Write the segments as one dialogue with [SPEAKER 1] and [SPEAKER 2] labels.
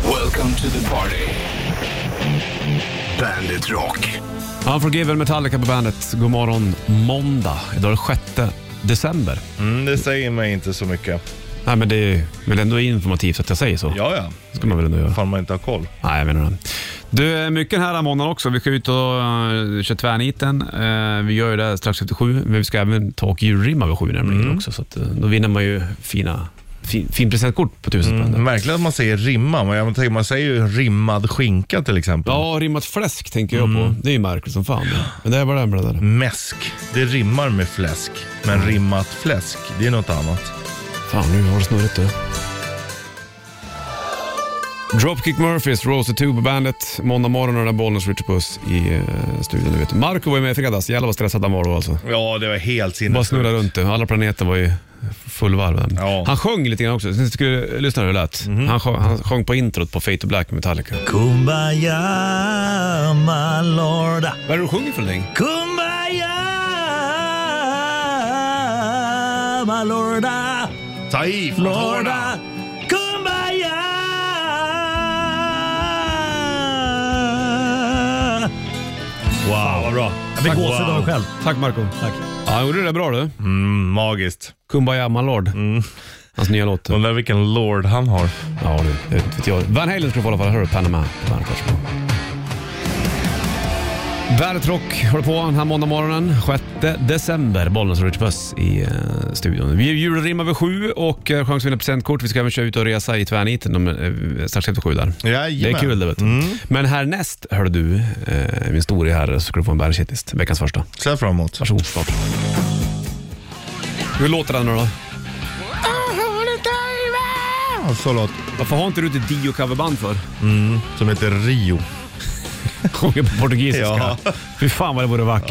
[SPEAKER 1] Welcome to the party. Bandit Rock.
[SPEAKER 2] Unforgiven Metallica på bandet. God morgon måndag. Idag är det 6 december.
[SPEAKER 3] Mm, det säger mig inte så mycket.
[SPEAKER 2] Nej, men det är väl ändå informativt att jag säger så.
[SPEAKER 3] Ja, ja.
[SPEAKER 2] Det ska man väl ändå göra.
[SPEAKER 3] Fan man inte har koll.
[SPEAKER 2] Nej, jag menar det. Du, eh, mycket den här månaden också. Vi ska ut och uh, köra tvärniten. Eh, vi gör ju det strax efter sju, men vi ska även ta och julrimma vid sju nämligen också. Så att, eh, då vinner man ju fina, fin, fin presentkort på tusen spänn. där.
[SPEAKER 3] Märkligt att man säger rimma, men jag tänker, man säger ju rimmad skinka till exempel.
[SPEAKER 2] Ja, rimmat fläsk tänker jag på. Det är ju märkligt som fan. Men det är bara den bläddaren.
[SPEAKER 3] Mäsk, det rimmar med fläsk. Men rimmat fläsk, det är något annat.
[SPEAKER 2] Fan, nu har det snurrat du. Dropkick Murphys, Rose the Tube på bandet. Måndag morgon och den där Bollnäs Richard Puss i eh, studion. Du vet. Marco var ju med i fredags. Jävlar vad stressad han var då alltså.
[SPEAKER 3] Ja, det var helt
[SPEAKER 2] Bara
[SPEAKER 3] sinnessjukt.
[SPEAKER 2] snurra runt det. Alla planeter var ju fullvarv. där.
[SPEAKER 3] Ja.
[SPEAKER 2] Han sjöng lite grann också. Sen skulle eh, lyssna hur det lät. Han, sjöng, han sjöng på introt på Fate to Black med Metallica.
[SPEAKER 4] Kumbaya, my lord.
[SPEAKER 2] Vad är det du sjunger för någonting?
[SPEAKER 4] Kumbaya, my lord.
[SPEAKER 3] Ta i från
[SPEAKER 4] Lord.
[SPEAKER 3] tårna.
[SPEAKER 4] Kumbaya.
[SPEAKER 3] Wow, vad bra.
[SPEAKER 4] Jag fick gåshud av mig själv.
[SPEAKER 2] Tack Marco. Tack. Ja, han gjorde det där bra du.
[SPEAKER 3] Mm, magiskt.
[SPEAKER 2] Kumbaya My Lord. Hans nya låt. eh.
[SPEAKER 3] Undrar vilken lord han har.
[SPEAKER 2] Ja, det det vet jag. Van Halen skulle få i alla fall. Här har du Panama. Bandet Rock. Bandet Rock håller på den här måndag morgonen 6 december. Bollnäs och Rich Puss i eh, studion. Vi är julrimmar vid sju och eh, chans att vinna presentkort. Vi ska även köra ut och resa i tvärniten om, eh, strax efter sju där. Det
[SPEAKER 3] Jajamän. Mm.
[SPEAKER 2] är kul det vet du. Men härnäst, hör du, eh, min store herre, så ska du få en bandet Veckans första.
[SPEAKER 3] Ser jag fram emot.
[SPEAKER 2] Varsågod, start. Hur låter den nu då?
[SPEAKER 3] Ja, Så låt.
[SPEAKER 2] Varför har inte du ett Dio-coverband för?
[SPEAKER 3] Som heter Rio.
[SPEAKER 2] Sjunger på portugisiska.
[SPEAKER 3] Ja.
[SPEAKER 2] Fy fan vad det vore vackert.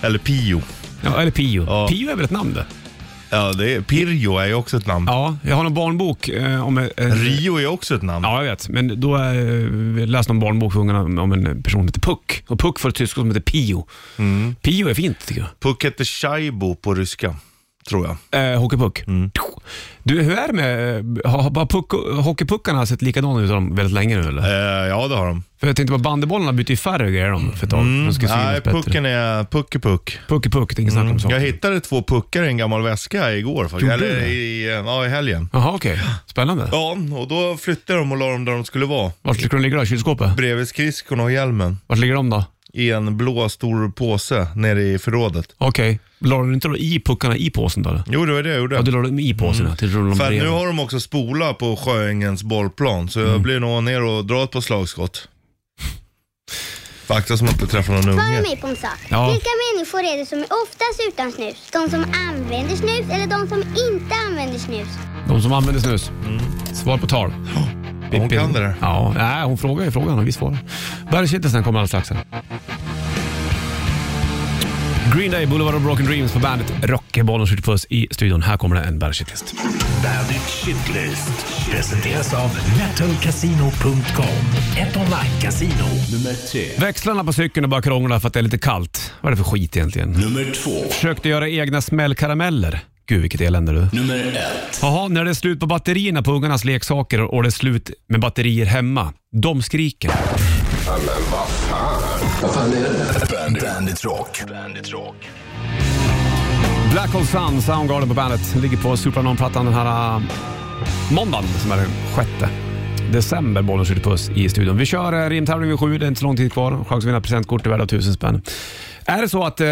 [SPEAKER 3] Ja. Eller Pio.
[SPEAKER 2] Ja, eller Pio.
[SPEAKER 3] Ja.
[SPEAKER 2] Pio är väl ett namn det?
[SPEAKER 3] Ja, det är, Pirjo är ju också ett namn.
[SPEAKER 2] Ja, jag har en barnbok eh, om... Eh,
[SPEAKER 3] Rio är också ett namn.
[SPEAKER 2] Ja, jag vet. Men då eh, jag läste någon barnbok för ungarna om en person som heter Puck. Och Puck för ett syskon som heter Pio. Pio är fint tycker jag.
[SPEAKER 3] Puck heter Shaibo på ryska, tror jag.
[SPEAKER 2] Eh, Hockeypuck. Du, hur är det med... eh, Har, har puck, hockeypuckarna sett likadana ut de väldigt länge nu eller?
[SPEAKER 3] Eh, ja, det har de.
[SPEAKER 2] För jag tänkte på bandybollarna bytte ju färg och grejer de för ett tag. De skulle synas
[SPEAKER 3] Nej,
[SPEAKER 2] bättre. Mm.
[SPEAKER 3] pucken är puck är puck.
[SPEAKER 2] Puck är puck, det är inget snack om saken.
[SPEAKER 3] Jag hittade två puckar i en gammal väska igår faktiskt.
[SPEAKER 2] Gjorde du
[SPEAKER 3] Eller
[SPEAKER 2] det?
[SPEAKER 3] i, ja, i helgen.
[SPEAKER 2] Jaha, okej. Spännande.
[SPEAKER 3] Ja, och då flyttade de och la dem där de skulle vara.
[SPEAKER 2] Vart skulle de ligga då? Kylskåpet?
[SPEAKER 3] Bredvid skridskorna och hjälmen.
[SPEAKER 2] Vart ligger de då?
[SPEAKER 3] I en blå stor påse nere i förrådet.
[SPEAKER 2] Okej. La du inte då i puckarna i påsen då? eller?
[SPEAKER 3] Jo, det var det jag gjorde.
[SPEAKER 2] Ja, du la dem i påsen mm. till rullar
[SPEAKER 3] För att
[SPEAKER 2] de
[SPEAKER 3] nu
[SPEAKER 2] bredvid. Mm.
[SPEAKER 3] har de också spola på Sjöängens bollplan, så jag blir nog ner och dra ett par slagskott. Faktiskt som att jag träffar någon
[SPEAKER 5] Svara
[SPEAKER 3] unge.
[SPEAKER 5] mig pomsar.
[SPEAKER 2] Ja.
[SPEAKER 5] Vilka människor är det som är oftast utan snus? De som använder snus eller de som inte använder snus?
[SPEAKER 2] De som använder snus. Svar på tal.
[SPEAKER 3] Mm. Hon
[SPEAKER 2] Pippi.
[SPEAKER 3] kan det där.
[SPEAKER 2] Ja, nej, hon frågar ju frågan och vi svarar. Världskändisen kommer alldeles strax. här. Green Day, Boulevard of Broken Dreams på bandet Rock. Bollen skjuter puss i studion. Här kommer det en världshitlist.
[SPEAKER 6] Bandit Shitlist presenteras av metalcasino.com. Ett online-casino.
[SPEAKER 1] Nummer tre.
[SPEAKER 2] Växlarna på cykeln och bara krånglar för att det är lite kallt. Vad är det för skit egentligen?
[SPEAKER 3] Mm.
[SPEAKER 1] Nummer två.
[SPEAKER 2] Försökte göra egna smällkarameller. Gud vilket elände du.
[SPEAKER 1] Nummer ett.
[SPEAKER 2] Jaha, när det är slut på batterierna på ungarnas leksaker och det är slut med batterier hemma. De skriker.
[SPEAKER 1] Bandit, Bandit Rock. Bandit Rock.
[SPEAKER 2] Black Hole Sun, Soundgarden på bandet. Ligger på Supranon-plattan den här äh, måndagen som är den sjätte december. Bollen skjuter puss i studion. Vi kör äh, rimtävling vid sju, det är inte så lång tid kvar. Chans att vinna presentkort är värda tusen spänn. Är det så att äh,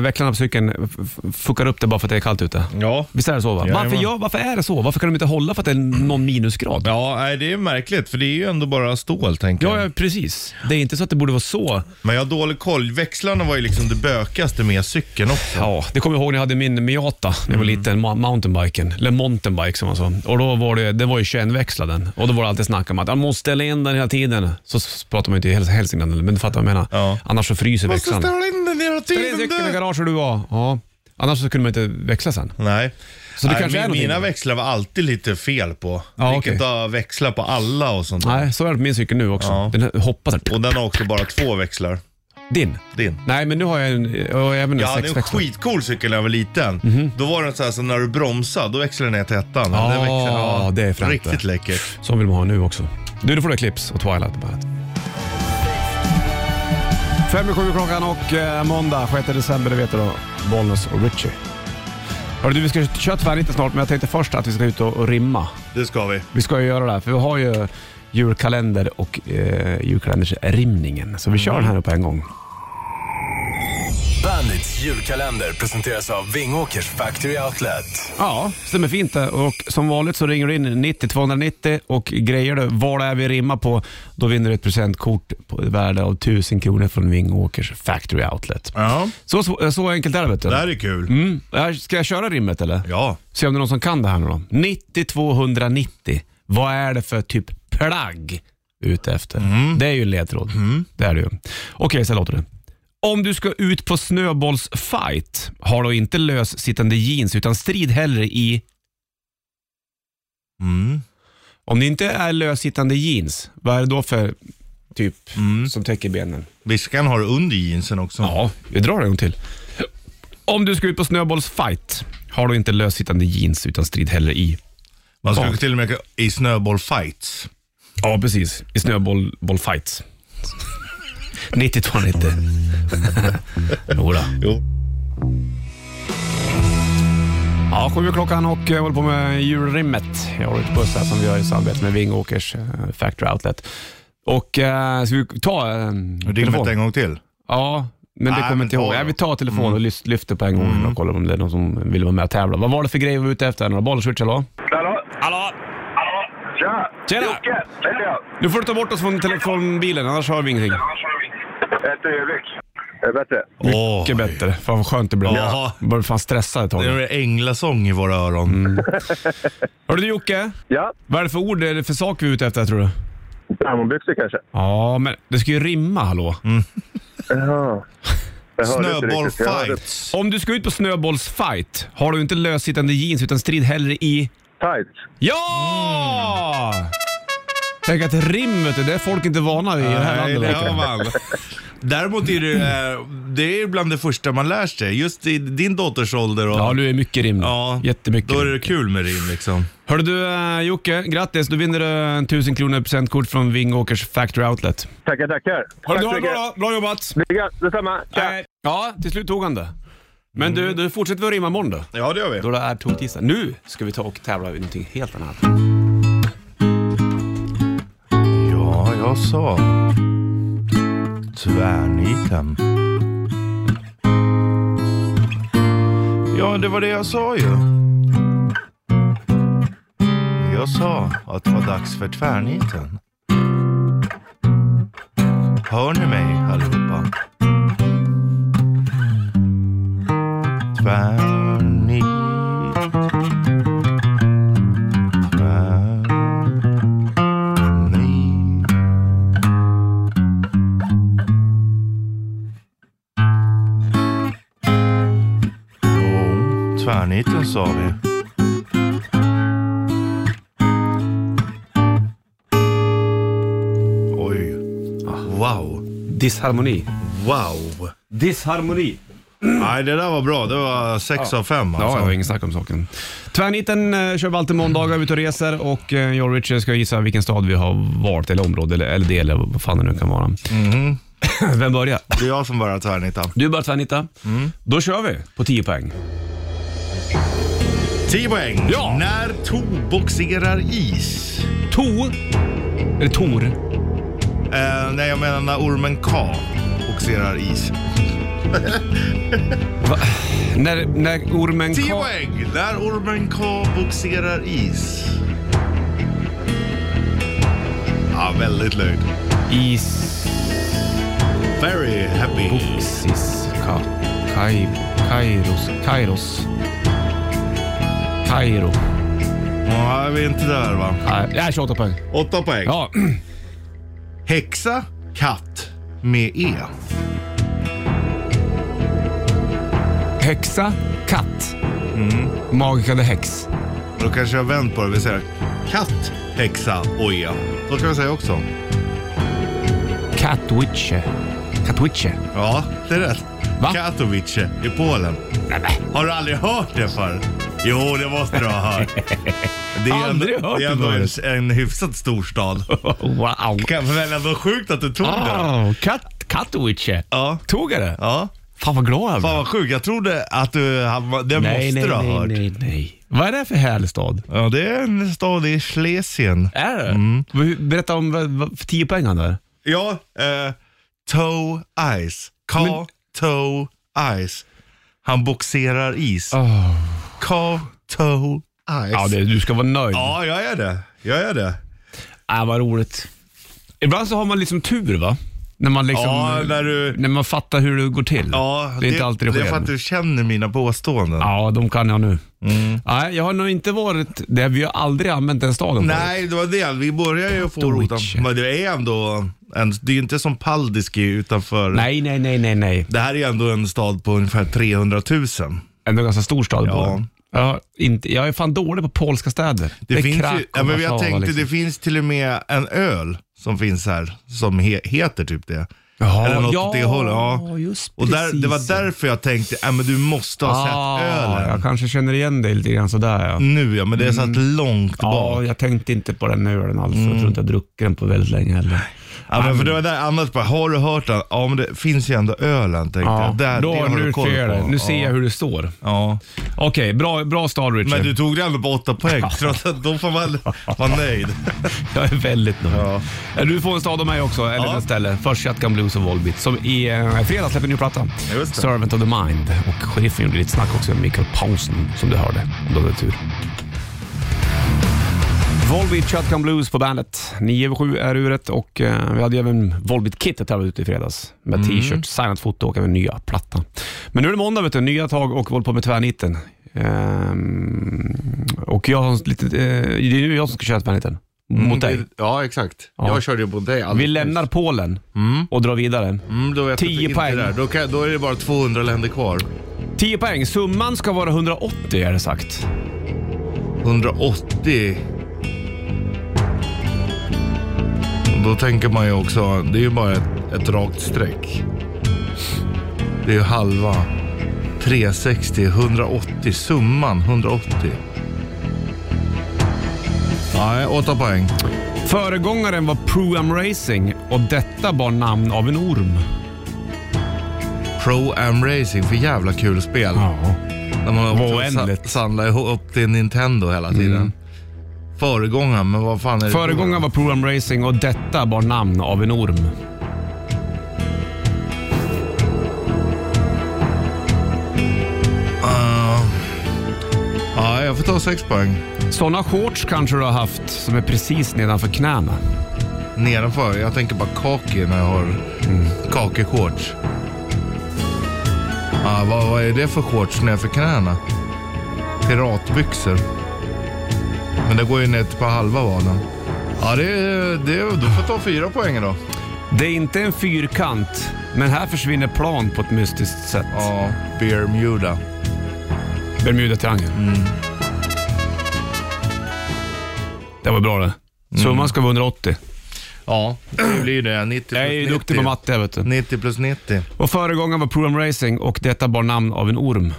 [SPEAKER 2] väcklarna på cykeln f- f- fuckar upp det bara för att det är kallt ute?
[SPEAKER 3] Ja.
[SPEAKER 2] Visst är det så? Va?
[SPEAKER 3] Jajamän.
[SPEAKER 2] Varför, gör, varför är det så? Varför kan de inte hålla för att det är någon minusgrad?
[SPEAKER 3] Ja, nej, det är märkligt för det är ju ändå bara stål tänker
[SPEAKER 2] Ja,
[SPEAKER 3] jag.
[SPEAKER 2] ja, precis. Det är inte så att det borde vara så
[SPEAKER 3] Men jag har dålig koll. Växlarna var ju liksom det bökaste med cykeln också.
[SPEAKER 2] Ja, det kommer jag ihåg när jag hade min Miata när jag var
[SPEAKER 3] Mm.
[SPEAKER 2] liten, ma- mountainbiken, eller mountainbike som man sa. Och då var det, den var ju 21-växlad den. och då var det alltid snack om att man måste ställa in den hela tiden. Så s- pratar man ju inte i Hälsingland, men du fattar vad jag menar.
[SPEAKER 3] Ja.
[SPEAKER 2] Annars så fryser
[SPEAKER 3] Måste
[SPEAKER 2] växlarna.
[SPEAKER 3] ställa in den hela
[SPEAKER 2] Ställ in
[SPEAKER 3] tiden
[SPEAKER 2] cykeln i
[SPEAKER 3] du!
[SPEAKER 2] garaget du var. Ja. Annars så kunde man inte växla sen.
[SPEAKER 3] Nej.
[SPEAKER 2] Så det
[SPEAKER 3] nej,
[SPEAKER 2] kanske
[SPEAKER 3] min-
[SPEAKER 2] är någonting.
[SPEAKER 3] mina växlar var alltid lite fel på.
[SPEAKER 2] Ja,
[SPEAKER 3] Vilket
[SPEAKER 2] okej.
[SPEAKER 3] har växlar på alla och sånt där.
[SPEAKER 2] Nej, så är det på min cykel nu också.
[SPEAKER 3] Ja.
[SPEAKER 2] Den här hoppar så här.
[SPEAKER 3] Och den har också bara två växlar.
[SPEAKER 2] Din?
[SPEAKER 3] Din.
[SPEAKER 2] Nej, men nu har jag, en, jag har även en
[SPEAKER 3] Jag hade en
[SPEAKER 2] sexväxlad.
[SPEAKER 3] skitcool cykel när jag var liten. Då var den så här så när du bromsade, då växlade den ner till ettan.
[SPEAKER 2] Mhm. Ja,
[SPEAKER 3] Den växlade-
[SPEAKER 2] det är fränt det.
[SPEAKER 3] Riktigt läckert.
[SPEAKER 2] Som vill man ha nu också. Du, du får det clips och Twilight på bandet. Fem i sju klockan och eh, måndag 6 december, det vet du då. Bollnäs och Richie. Hörru du, vi ska köra tvärnitten snart, men jag tänkte först att vi ska ut och, och rimma.
[SPEAKER 3] Det ska vi.
[SPEAKER 2] Vi ska ju göra det här, för vi har ju julkalender och eh, julkalendersrimningen. Så vi kör den här nu på en gång.
[SPEAKER 1] Bandits julkalender presenteras av Vingåkers Factory Outlet.
[SPEAKER 2] Ja, stämmer fint det. Och som vanligt så ringer du in 90 290 och grejer du vad det är vi rimmar på, då vinner du ett presentkort på ett värde av 1000 kronor från Vingåkers Factory Outlet.
[SPEAKER 3] Ja.
[SPEAKER 2] Så, så, så enkelt är det vet du.
[SPEAKER 3] Det här är kul.
[SPEAKER 2] Mm. Här- Ska jag köra rimmet eller?
[SPEAKER 3] Ja.
[SPEAKER 2] Se om det är någon som kan det här nu då. 90 290. Vad är det för typ plagg ute efter? Det är ju en ledtråd. Det är det ju. Okej, så här låter det. Om du ska ut på snöbollsfight, har då inte lössittande jeans utan strid hellre i...
[SPEAKER 3] Mm.
[SPEAKER 2] Om det inte är lössittande jeans, vad är det då för typ som täcker benen?
[SPEAKER 3] Viskan har under jeansen också.
[SPEAKER 2] Ja, vi drar en gång till. Om du ska ut på snöbollsfight, har du inte lössittande jeans utan strid hellre i...
[SPEAKER 3] Man skulle till och med i snöbollfights.
[SPEAKER 2] Ja, precis. I snöbollfights. 9290. Jodå.
[SPEAKER 3] Jo.
[SPEAKER 2] Ja, sju är klockan och jag håller på med julrimmet. Jag håller ett buss här som vi gör i samarbete med Vingåkers eh, Factory Outlet. Och eh, ska vi ta eh,
[SPEAKER 3] Det är
[SPEAKER 2] telefon?
[SPEAKER 3] inte en gång till.
[SPEAKER 2] Ja, men det
[SPEAKER 3] Nej,
[SPEAKER 2] kommer
[SPEAKER 3] men
[SPEAKER 2] inte
[SPEAKER 3] ta
[SPEAKER 2] ihåg.
[SPEAKER 3] då.
[SPEAKER 2] Ja,
[SPEAKER 3] Mm.
[SPEAKER 2] vi tar telefonen och lyft- lyfter på en gång och kollar om det är någon som vill vara med och tävla. Vad var det för grej vi var ute efter? Bollswitch, hallå?
[SPEAKER 7] Hallå?
[SPEAKER 2] Hallå!
[SPEAKER 7] Tja!
[SPEAKER 2] Tjena!
[SPEAKER 7] Jocke! Heter jag.
[SPEAKER 2] Nu får du ta bort oss från telefonbilen, annars hör vi ingenting.
[SPEAKER 7] Ett ögonblick. Det är bättre.
[SPEAKER 3] Åh,
[SPEAKER 2] Mycket bättre. Fan vad skönt det blev.
[SPEAKER 3] Ja.
[SPEAKER 2] Jag Började fan stressa ett tag.
[SPEAKER 3] det är en änglasång i våra öron.
[SPEAKER 2] Mm. Hörru du Jocke,
[SPEAKER 7] Ja,
[SPEAKER 2] vad är det för ord eller för sak vi är ute efter tror du?
[SPEAKER 7] Diamondbyxor kanske?
[SPEAKER 2] Ja, men det ska ju rimma hallå.
[SPEAKER 3] Mm.
[SPEAKER 7] Jaha. Jag hörde inte riktigt. Jag hörde
[SPEAKER 3] Snöbollfights.
[SPEAKER 2] Om du ska ut på snöbollsfight, har du inte lössittande jeans utan strid hellre i...
[SPEAKER 7] Tights.
[SPEAKER 2] Ja!
[SPEAKER 3] Mm.
[SPEAKER 2] Tänk att rim vet du, det är folk inte vana vid i det här
[SPEAKER 3] Nej,
[SPEAKER 2] landet.
[SPEAKER 3] det
[SPEAKER 2] verkligen.
[SPEAKER 3] har man. Däremot är det, eh, det är bland det första man lär sig. Just i din dotters ålder. Och,
[SPEAKER 2] Ja, du är mycket rim.
[SPEAKER 3] ja,
[SPEAKER 2] Jättemycket.
[SPEAKER 3] Då är det kul med rim liksom.
[SPEAKER 2] Hörru du eh, Jocke, grattis. Du vinner du en 1000 kronor presentkort från Vingåkers Factory Outlet.
[SPEAKER 7] Tackar, tackar.
[SPEAKER 2] Hörru
[SPEAKER 7] Tack
[SPEAKER 2] du,
[SPEAKER 7] så
[SPEAKER 2] ha det
[SPEAKER 7] mycket.
[SPEAKER 2] bra. Bra jobbat.
[SPEAKER 7] Lycka, detsamma. Tja!
[SPEAKER 2] Nej. Eh, Ja, Mm. till slut tog han det. Men du, du fortsätter vi att rimma imorgon då.
[SPEAKER 3] Ja, det gör vi.
[SPEAKER 2] Då det är toktisdag. Nu ska vi ta och tävla i någonting helt annat.
[SPEAKER 3] Ja, jag sa tvärniten. Ja, det var det jag sa ju. Jag sa att det var dags för tvärniten. Hör ni mig allihopa? Tvärnit. Tvärnit. Jo, tvärniten sa vi. Oj. Wow.
[SPEAKER 2] Disharmoni.
[SPEAKER 3] Wow.
[SPEAKER 2] Disharmoni.
[SPEAKER 3] Nej, det där var bra. Det var sex av fem
[SPEAKER 2] Ja, jag har
[SPEAKER 3] alltså.
[SPEAKER 2] ingen snack om saken. Tvärniten eh, kör vi alltid måndagar, ut och reser och eh, jag och Richard ska gissa vilken stad vi har valt, eller område, eller, eller del, eller vad fan det nu kan vara. Mhm. Vem börjar?
[SPEAKER 3] Det är jag som börjar tvärnita.
[SPEAKER 2] Du börjar tvärnita. Då kör vi på 10 poäng.
[SPEAKER 3] 10 poäng.
[SPEAKER 2] Ja.
[SPEAKER 3] När Tor boxerar is.
[SPEAKER 2] Tor. Eller Tor.
[SPEAKER 3] Eh, nej, jag menar när ormen K boxerar is.
[SPEAKER 2] När, när ormen
[SPEAKER 3] 10
[SPEAKER 2] Ka-
[SPEAKER 3] poäng. När ormen K boxerar is. Ja, väldigt löjd.
[SPEAKER 2] Is...
[SPEAKER 3] Very happy.
[SPEAKER 2] Boxis... Ka... Kai... Kairos... Kairos... Kairo.
[SPEAKER 3] Ja, vi är inte där va.
[SPEAKER 2] Nej, 28 poäng.
[SPEAKER 3] 8 poäng.
[SPEAKER 2] Ja.
[SPEAKER 3] Häxa, katt med E.
[SPEAKER 2] Häxa, katt. Magiska the Hex.
[SPEAKER 3] Då kanske jag vänt på det. Vi säger katt, häxa och E. Så kan vi säga också.
[SPEAKER 2] Katowice. Katowice.
[SPEAKER 3] Ja, det är rätt.
[SPEAKER 2] Va?
[SPEAKER 3] Katowice i Polen.
[SPEAKER 2] Nej, nej.
[SPEAKER 3] Har du aldrig hört det förr? Jo, det måste du ha hört. Det är
[SPEAKER 2] Aldrig
[SPEAKER 3] ändå,
[SPEAKER 2] hört
[SPEAKER 3] det är
[SPEAKER 2] det
[SPEAKER 3] ändå en,
[SPEAKER 2] förut.
[SPEAKER 3] en hyfsat stor stad.
[SPEAKER 2] Wow.
[SPEAKER 3] Kan- Men ändå sjukt att du tog den.
[SPEAKER 2] Oh, Kat- Katowice.
[SPEAKER 3] Ja.
[SPEAKER 2] Tog jag det?
[SPEAKER 3] Ja.
[SPEAKER 2] Fan vad glad jag blev.
[SPEAKER 3] Fan vad sjukt, jag trodde att du, han- det
[SPEAKER 2] Nej,
[SPEAKER 3] måste
[SPEAKER 2] nej,
[SPEAKER 3] du ha
[SPEAKER 2] nej,
[SPEAKER 3] hört.
[SPEAKER 2] nej, nej. Vad är det för härlig stad?
[SPEAKER 3] Ja, det är en stad i Schlesien.
[SPEAKER 2] Är det?
[SPEAKER 3] Mm.
[SPEAKER 2] Hur- Berätta om vad- vad- för tio poäng han där.
[SPEAKER 3] Ja, eh, Toe Ice. Ka
[SPEAKER 2] Men-
[SPEAKER 3] Toe Ice. Han boxerar is. Ka Toe Ice.
[SPEAKER 2] Ah. Ja, det, du ska vara nöjd.
[SPEAKER 3] ja, jag är det. Jag är det.
[SPEAKER 2] Äh, vad roligt. Ibland så har man liksom tur va? När man liksom...
[SPEAKER 3] Ja, när du...
[SPEAKER 2] När man fattar hur det går till.
[SPEAKER 3] Ja,
[SPEAKER 2] det är inte alltid det
[SPEAKER 3] det är
[SPEAKER 2] sker.
[SPEAKER 3] för att du känner mina påståenden.
[SPEAKER 2] Ja, de kan jag nu.
[SPEAKER 3] Mm.
[SPEAKER 2] Nej, jag har nog inte varit där. Vi har aldrig använt den staden förut.
[SPEAKER 3] Nej, det var det. Vi börjar ju få
[SPEAKER 2] Katowice.
[SPEAKER 3] rotan. Men det är ändå en, det är ju inte som Paldiski utanför.
[SPEAKER 2] Nej, nej, nej, nej, nej.
[SPEAKER 3] Det här är ändå en stad på ungefär 300 000.
[SPEAKER 2] Ändå ganska stor stad.
[SPEAKER 3] Ja.
[SPEAKER 2] Ja. Ja, inte, jag är fan dålig på polska städer.
[SPEAKER 3] Det, finns
[SPEAKER 2] Krakow,
[SPEAKER 3] ju, ja, men jag
[SPEAKER 2] Warszawa,
[SPEAKER 3] tänkte
[SPEAKER 2] liksom.
[SPEAKER 3] det finns till och med en öl som finns här som he, heter typ det.
[SPEAKER 2] Jaha,
[SPEAKER 3] Eller något åt det hållet.
[SPEAKER 2] ja,
[SPEAKER 3] Ja.
[SPEAKER 2] just
[SPEAKER 3] Och där, det var
[SPEAKER 2] precis.
[SPEAKER 3] därför jag tänkte, ja, men du måste ha
[SPEAKER 2] Ah,
[SPEAKER 3] sett ölen. Mm,
[SPEAKER 2] Jag kanske känner igen dig lite grann sådär ja.
[SPEAKER 3] Nu ja, men det är satt långt
[SPEAKER 2] Mm. Ja,
[SPEAKER 3] bak.
[SPEAKER 2] jag tänkte inte på den ölen alls.
[SPEAKER 3] Mm.
[SPEAKER 2] Jag tror inte jag druckit den på väldigt länge heller.
[SPEAKER 3] Ja, men för det var där, annars bara, har du hört den? Ja, men det finns ju ändå ölen tänkte
[SPEAKER 2] Ja,
[SPEAKER 3] jag. Där,
[SPEAKER 2] då,
[SPEAKER 3] det har
[SPEAKER 2] nu
[SPEAKER 3] du koll
[SPEAKER 2] ser jag det.
[SPEAKER 3] på.
[SPEAKER 2] Nu ser
[SPEAKER 3] ja.
[SPEAKER 2] jag hur det står.
[SPEAKER 3] Ja.
[SPEAKER 2] Okej, bra, bra stad Richard.
[SPEAKER 3] Men du tog det ändå på åtta poäng, trots att då får man vara nöjd.
[SPEAKER 2] Jag är väldigt nöjd. Eh,
[SPEAKER 3] Ja.
[SPEAKER 2] Du får en stad av mig också, eller
[SPEAKER 3] Ja.
[SPEAKER 2] ett ställe. Först Shotgun Blues och Volbeat som i eh, fredags släpper en ny platta.
[SPEAKER 3] Just det.
[SPEAKER 2] Servant of the Mind. Och sheriffen gjorde lite snack också med Mikael Paulsen som du hörde. Om du hade tur. Volbeat Shotgun Blues på bandet. 9 över 7 är uret och eh, vi hade ju även Volbeat-kittet här ute i fredags med t-shirt, signat foto och även nya plattan. Men nu är det måndag, vet du. nya tag och vi håller på med tvärnitten. Ehm, och jag har lite, eh, det är ju jag som ska köra tvärnitten.
[SPEAKER 3] Mm.
[SPEAKER 2] Mot dig.
[SPEAKER 3] Ja, exakt.
[SPEAKER 2] Ja.
[SPEAKER 3] Jag körde ju på dig alldeles
[SPEAKER 2] Vi lämnar Polen och drar vidare.
[SPEAKER 3] Mm, då vet jag
[SPEAKER 2] 10
[SPEAKER 3] inte
[SPEAKER 2] poäng.
[SPEAKER 3] Där. Då, kan, då är det bara 200 länder kvar.
[SPEAKER 2] 10 poäng. Summan ska vara 180 är det sagt.
[SPEAKER 3] 180. Och Då tänker man ju också, det är ju bara ett, ett rakt streck. Det är ju halva. 360, 180, summan 180. Nej, 8 poäng.
[SPEAKER 2] Föregångaren var Pro-Am Racing och detta bar namn av en orm.
[SPEAKER 3] Pro Am Racing, för jävla kul spel. När man
[SPEAKER 2] Vad
[SPEAKER 3] har
[SPEAKER 2] oändligt. Mm.
[SPEAKER 3] samlar ihop till Nintendo hela tiden. Föregångaren, men vad fan är det? då?
[SPEAKER 2] Föregångaren var Pro-Am Racing och detta bar namn av en orm.
[SPEAKER 3] Ah. Ja, jag får ta sex poäng.
[SPEAKER 2] Sådana shorts kanske du har haft som är precis nedanför knäna.
[SPEAKER 3] Nedanför. Jag tänker bara kaki när jag har
[SPEAKER 2] Mm.
[SPEAKER 3] kakeshorts. Ah, vad, vad är det för shorts nedanför knäna? Piratbyxor. Men det går ju ner till på halva vaden. Ja, det, det, du får ta fyra poäng då.
[SPEAKER 2] Det är inte en fyrkant, men här försvinner plan på ett mystiskt sätt.
[SPEAKER 3] Ja, Bermuda.
[SPEAKER 2] Bermudatriangeln. Det var bra det. Summan ska vara 180.
[SPEAKER 3] Ja, det blir det. 90 plus
[SPEAKER 2] Jag är ju
[SPEAKER 3] 90.
[SPEAKER 2] duktig på matte, vet du.
[SPEAKER 3] 90 plus 90.
[SPEAKER 2] Och föregångaren var Pro-Am Racing och detta bar namn av en orm.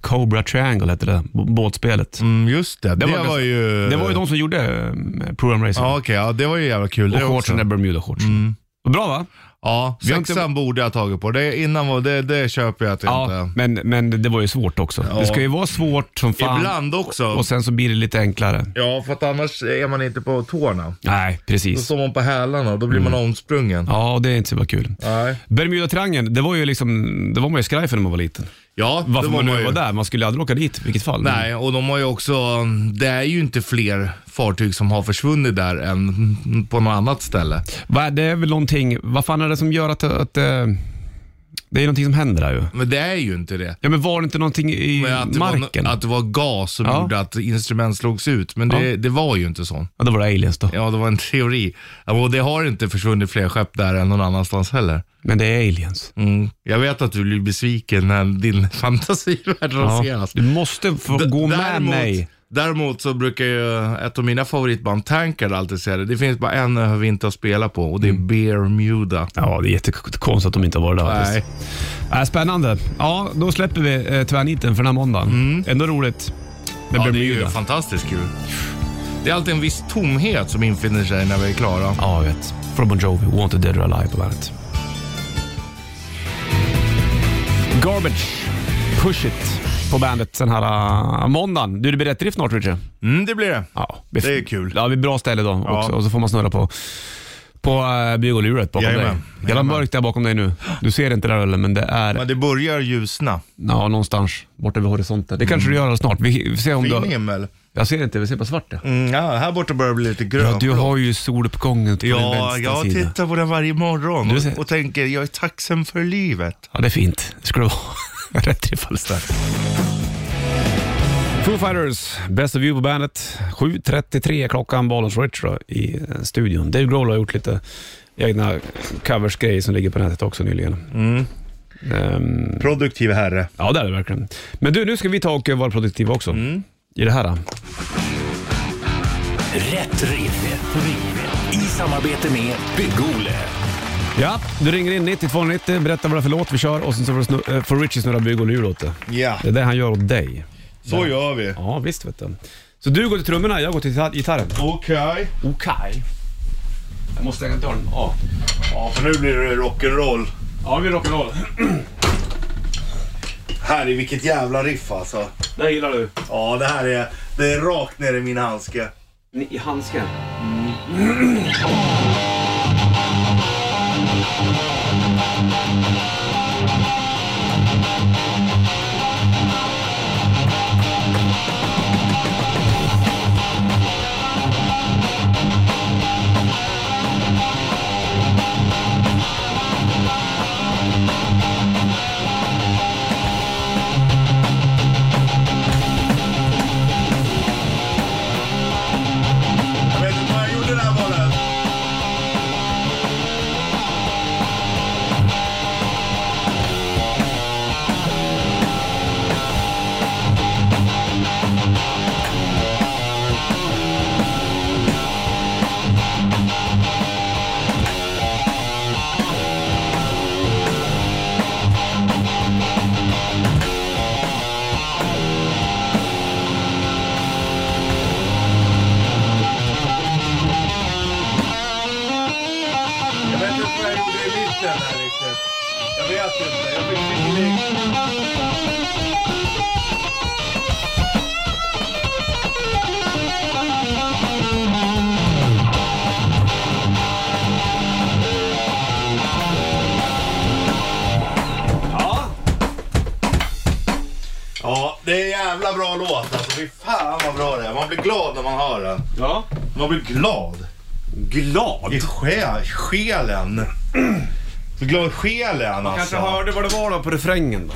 [SPEAKER 2] Cobra Triangle hette det, b- båtspelet.
[SPEAKER 3] Mm, just det. Det, var,
[SPEAKER 2] ganska-
[SPEAKER 3] ju...
[SPEAKER 2] Det var ju de som gjorde eh, Pro-Am Racing.
[SPEAKER 3] Ja, okej. ja, det var ju jävla kul.
[SPEAKER 2] och
[SPEAKER 3] det också. Mm.
[SPEAKER 2] shortsen är Bermuda-shorts. Bra va?
[SPEAKER 3] Ja,
[SPEAKER 2] Vi har
[SPEAKER 3] sexan
[SPEAKER 2] inte-
[SPEAKER 3] borde jag ha tagit på. Det, innan var det, det köper jag att jag
[SPEAKER 2] Ja,
[SPEAKER 3] inte...
[SPEAKER 2] men, men det var ju svårt också.
[SPEAKER 3] Ja.
[SPEAKER 2] Det ska ju vara svårt som fan.
[SPEAKER 3] Ibland också.
[SPEAKER 2] Och sen så blir det lite enklare.
[SPEAKER 3] Ja, för att annars är man inte på tårna.
[SPEAKER 2] Nej,
[SPEAKER 3] Då
[SPEAKER 2] precis.
[SPEAKER 3] står man på hälarna och då blir man omsprungen.
[SPEAKER 2] Mm. Ja, det är inte så bara kul.
[SPEAKER 3] Nej.
[SPEAKER 2] Bermudatriangeln, det var ju liksom, det var man ju skraj för när man var liten.
[SPEAKER 3] Ja,
[SPEAKER 2] Varför
[SPEAKER 3] det var
[SPEAKER 2] man nu
[SPEAKER 3] ju.
[SPEAKER 2] var där, man skulle aldrig åka dit i vilket fall.
[SPEAKER 3] Nej, och de har ju också... Det är ju inte fler fartyg som har försvunnit där än på något annat ställe.
[SPEAKER 2] Vad- Det är väl någonting, vad fan är det som gör att, att eh, det är någonting som händer där ju.
[SPEAKER 3] Men det är ju inte det.
[SPEAKER 2] Ja men var det inte någonting i
[SPEAKER 3] Men att, det
[SPEAKER 2] marken?
[SPEAKER 3] var, att det var gas som
[SPEAKER 2] Ja.
[SPEAKER 3] gjorde att instrument slogs ut. Men det,
[SPEAKER 2] Ja.
[SPEAKER 3] det var ju inte så.
[SPEAKER 2] ja, då var det aliens då.
[SPEAKER 3] Ja, det var en teori. Och det har inte försvunnit fler skepp där än någon annanstans heller.
[SPEAKER 2] Men det är aliens.
[SPEAKER 3] Mm. Jag vet att du blir besviken när din fantasivärld raseras.
[SPEAKER 2] Du måste få
[SPEAKER 3] alltså- D-
[SPEAKER 2] gå med
[SPEAKER 3] däremot-
[SPEAKER 2] mig.
[SPEAKER 3] Däremot så brukar ju ett av mina favoritband, Tankard, alltid säga det. Det finns bara en ö vi inte har spelat på och det är
[SPEAKER 2] Mm.
[SPEAKER 3] Bermuda.
[SPEAKER 2] Ja, det är jättekonstigt att de inte har varit där
[SPEAKER 3] Nej.
[SPEAKER 2] faktiskt. Äh, spännande. Ja, då släpper vi eh, tvärniten för den här måndagen. Ändå roligt. Med
[SPEAKER 3] Mm. ja, det är ju
[SPEAKER 2] Bermuda.
[SPEAKER 3] fantastiskt kul. Det är alltid en viss tomhet som infinner sig när vi är klara.
[SPEAKER 2] Ja, jag vet. Från Bon Jovi, Wanted Dead or Alive på bandet. Garbage, Push It på bandet den här uh, måndagen. Du, det blir rätt drift snart Richard.
[SPEAKER 3] Mm, det blir det.
[SPEAKER 2] Ja,
[SPEAKER 3] Det är kul.
[SPEAKER 2] Ja, det är ett bra ställe då
[SPEAKER 3] Ja.
[SPEAKER 2] också. Och så får man snurra på, på uh, bygoluret bakom
[SPEAKER 3] Jajamän.
[SPEAKER 2] dig. Jävla
[SPEAKER 3] Jajamän.
[SPEAKER 2] mörkt där bakom dig nu. Du ser inte där ölen, men det är
[SPEAKER 3] Men det börjar ljusna.
[SPEAKER 2] ja, någonstans borta vid horisonten. Det kanske du
[SPEAKER 3] Mm.
[SPEAKER 2] gör snart. Vi, vi ser om
[SPEAKER 3] Fin
[SPEAKER 2] du,
[SPEAKER 3] himmel.
[SPEAKER 2] jag ser inte, vi ser på svart. Ja.
[SPEAKER 3] Mm, ja, här borta börjar det bli lite
[SPEAKER 2] Ja,
[SPEAKER 3] grönt.
[SPEAKER 2] du har ju soluppgången på din
[SPEAKER 3] Ja,
[SPEAKER 2] vänstra
[SPEAKER 3] jag
[SPEAKER 2] sida.
[SPEAKER 3] tittar på den varje morgon
[SPEAKER 2] Du ser.
[SPEAKER 3] och, och tänker jag är tacksam för livet.
[SPEAKER 2] Ja, det är fint. Det skulle vara rätt tillfälle strax. Foo Fighters, Best of You på bandet. 7.33 är klockan, Bollens Rich då, i eh, studion. Dave Grohl har gjort lite egna coversgrejer som ligger på nätet också nyligen.
[SPEAKER 3] Mm.
[SPEAKER 2] Ehm,
[SPEAKER 3] Produktiv herre.
[SPEAKER 2] ja, det är det verkligen. Men du, nu ska vi ta och eh, vara produktiva också.
[SPEAKER 3] Mm.
[SPEAKER 2] I det här. då.
[SPEAKER 6] Rätt riff. Rätt riff. I samarbete med Bygg-Ole.
[SPEAKER 2] Ja, du ringer in 9290, berättar vad det är för låt vi kör och sen så får, du snu- eh, får Richie snurra bygg och lur åt det.
[SPEAKER 3] Ja,
[SPEAKER 2] Det är det han gör åt dig.
[SPEAKER 3] så gör vi.
[SPEAKER 2] Ja, visst vet du. Så du går till trummorna, jag går till gitarr- gitarren.
[SPEAKER 3] Okej.
[SPEAKER 2] Okej. Jag måste stänga dörren. Ja.
[SPEAKER 3] Ja, för nu blir det rock'n'roll.
[SPEAKER 2] Ja, vi är rock'n'roll.
[SPEAKER 3] Här är vilket jävla riff alltså.
[SPEAKER 2] Det gillar du.
[SPEAKER 3] Ja, det här är, det är rakt ner i min handske.
[SPEAKER 2] I handsken.
[SPEAKER 3] Jag vet inte vad jag gjorde där bollen. Jag vet inte vad jag gjorde i mitten här riktigt. Jag vet inte. Jag fick feeling. Ja, det är en jävla bra låt alltså. Fy fan vad bra det är. Man blir glad när man hör den.
[SPEAKER 2] Ja.
[SPEAKER 3] Man blir glad.
[SPEAKER 2] Glad.
[SPEAKER 3] I sjä, själen. Så glad i själen alltså.
[SPEAKER 2] vad det var då på refrängen då.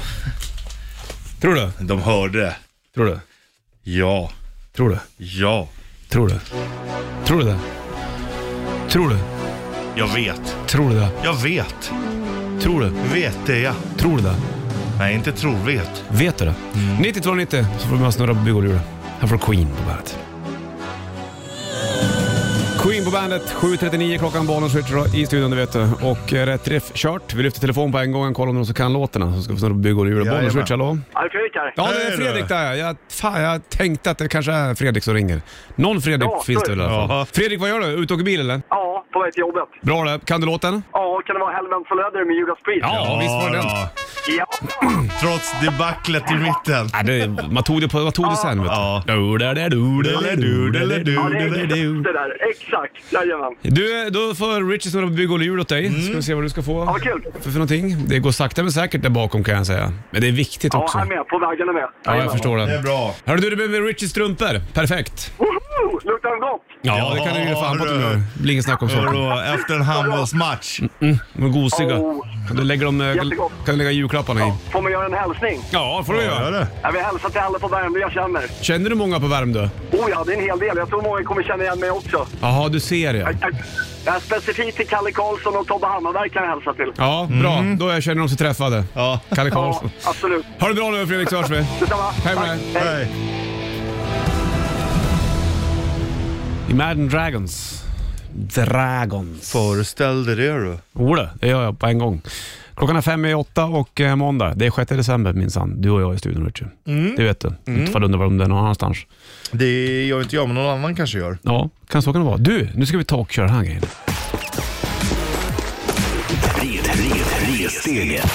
[SPEAKER 2] Tror du?
[SPEAKER 3] De hörde det.
[SPEAKER 2] Tror du?
[SPEAKER 3] Ja.
[SPEAKER 2] Tror du?
[SPEAKER 3] Ja.
[SPEAKER 2] Tror du? Tror du det? Tror du?
[SPEAKER 3] Jag vet.
[SPEAKER 2] Tror du det?
[SPEAKER 3] Jag vet.
[SPEAKER 2] Tror du?
[SPEAKER 3] Vet det jag.
[SPEAKER 2] Tror du det?
[SPEAKER 3] Nej, inte tror vet.
[SPEAKER 2] Vet du det?
[SPEAKER 3] Mm.
[SPEAKER 2] 9290 så får man snurra på bygghjulet. Här får du Queen på bandet. Queen på bandet, 7.39 klockan, barnen switchar i studion det vet du. Och eh, rätt riff kört. Vi lyfter telefon på en gång och kollar om de som kan låtarna. Så ska vi snurra på bygghjulet. Barnen
[SPEAKER 3] Jajamän.
[SPEAKER 2] switchar, hallå?
[SPEAKER 8] Ja, Fredrik
[SPEAKER 2] Ja, det
[SPEAKER 3] Hej
[SPEAKER 2] är
[SPEAKER 3] då.
[SPEAKER 2] Fredrik där jag, fan, jag tänkte att det kanske är Fredrik som ringer. Någon Fredrik
[SPEAKER 8] Ja,
[SPEAKER 2] finns det väl i alla fall.
[SPEAKER 3] Ja.
[SPEAKER 2] Fredrik, vad gör du? Ute och åker bil eller?
[SPEAKER 8] Ja, på väg till jobbet.
[SPEAKER 2] Bra det. Kan du låten?
[SPEAKER 8] Ja, kan det vara Helvent for Leather med Judas Priest?
[SPEAKER 2] Ja, visst var det den.
[SPEAKER 3] Ja,
[SPEAKER 8] ja.
[SPEAKER 3] Trots debaclet i mitten.
[SPEAKER 2] Nej, det, man tog det, på, man tog det sen vet
[SPEAKER 3] Ja.
[SPEAKER 2] du. Du, där, där, du, där, där, du, där, där,
[SPEAKER 8] Ja, det är
[SPEAKER 2] du, där, där, du.
[SPEAKER 8] exakt det där. Exakt. Jajamän.
[SPEAKER 2] Du, då får Richie snurra på bygg och jul åt dig. Ska vi se vad du ska få
[SPEAKER 8] Ja, vad kul.
[SPEAKER 2] för, för någonting. Det går sakta men säkert där bakom kan jag säga. Men det är viktigt
[SPEAKER 8] Ja,
[SPEAKER 2] också.
[SPEAKER 8] han är med. På vägen är med.
[SPEAKER 2] Ja, jag
[SPEAKER 8] Jajamän.
[SPEAKER 2] förstår
[SPEAKER 3] Det är
[SPEAKER 2] det.
[SPEAKER 3] bra.
[SPEAKER 2] Hörru du, det blir med Richies strumpor. Perfekt.
[SPEAKER 8] Woho! Luktar de gott?
[SPEAKER 2] Ja,
[SPEAKER 3] Ja,
[SPEAKER 2] det kan du ge fan på att de gör. Det blir inget snack om
[SPEAKER 3] Och
[SPEAKER 2] saken.
[SPEAKER 3] då, efter en handbollsmatch.
[SPEAKER 2] De är gosiga.
[SPEAKER 8] Oh.
[SPEAKER 2] Kan du lägga, dem, eh,
[SPEAKER 8] Jättegott.
[SPEAKER 2] kan du lägga julklapparna i?
[SPEAKER 8] Får man göra en hälsning?
[SPEAKER 2] Ja, får du
[SPEAKER 3] Gör
[SPEAKER 2] göra.
[SPEAKER 3] det?
[SPEAKER 8] Jag vill hälsa till alla på Värmdö jag känner.
[SPEAKER 2] Känner du många på Värmdö?
[SPEAKER 8] Oh ja, det är en hel del. Jag tror många kommer känna igen mig också.
[SPEAKER 2] Jaha, du ser ja.
[SPEAKER 8] Jag, jag, jag är specifikt till Kalle Karlsson och Tobbe Hammarberg kan jag hälsa till.
[SPEAKER 2] Ja, bra. Då jag känner de sig träffade.
[SPEAKER 3] Ja.
[SPEAKER 2] Kalle
[SPEAKER 8] Ja,
[SPEAKER 2] Karlsson.
[SPEAKER 8] absolut.
[SPEAKER 2] Ha det bra nu Fredrik, så hörs vi.
[SPEAKER 8] Detsamma.
[SPEAKER 2] Hej med
[SPEAKER 8] Tack.
[SPEAKER 2] dig.
[SPEAKER 3] Hej.
[SPEAKER 2] Imagine Dragons. Dragons.
[SPEAKER 3] Föreställ dig det du.
[SPEAKER 2] Jodå, det gör jag på en gång. Klockan är fem i åtta och eh, måndag. Det är 6 december minsann. Du och jag i studion Richie. Det vet du. Inte för att undra om det är någon annanstans.
[SPEAKER 3] Det gör inte jag, men någon annan kanske gör.
[SPEAKER 2] Ja, kan så kan det vara. Du, nu ska vi ta och köra den här grejen.
[SPEAKER 6] Red, red, ressteget.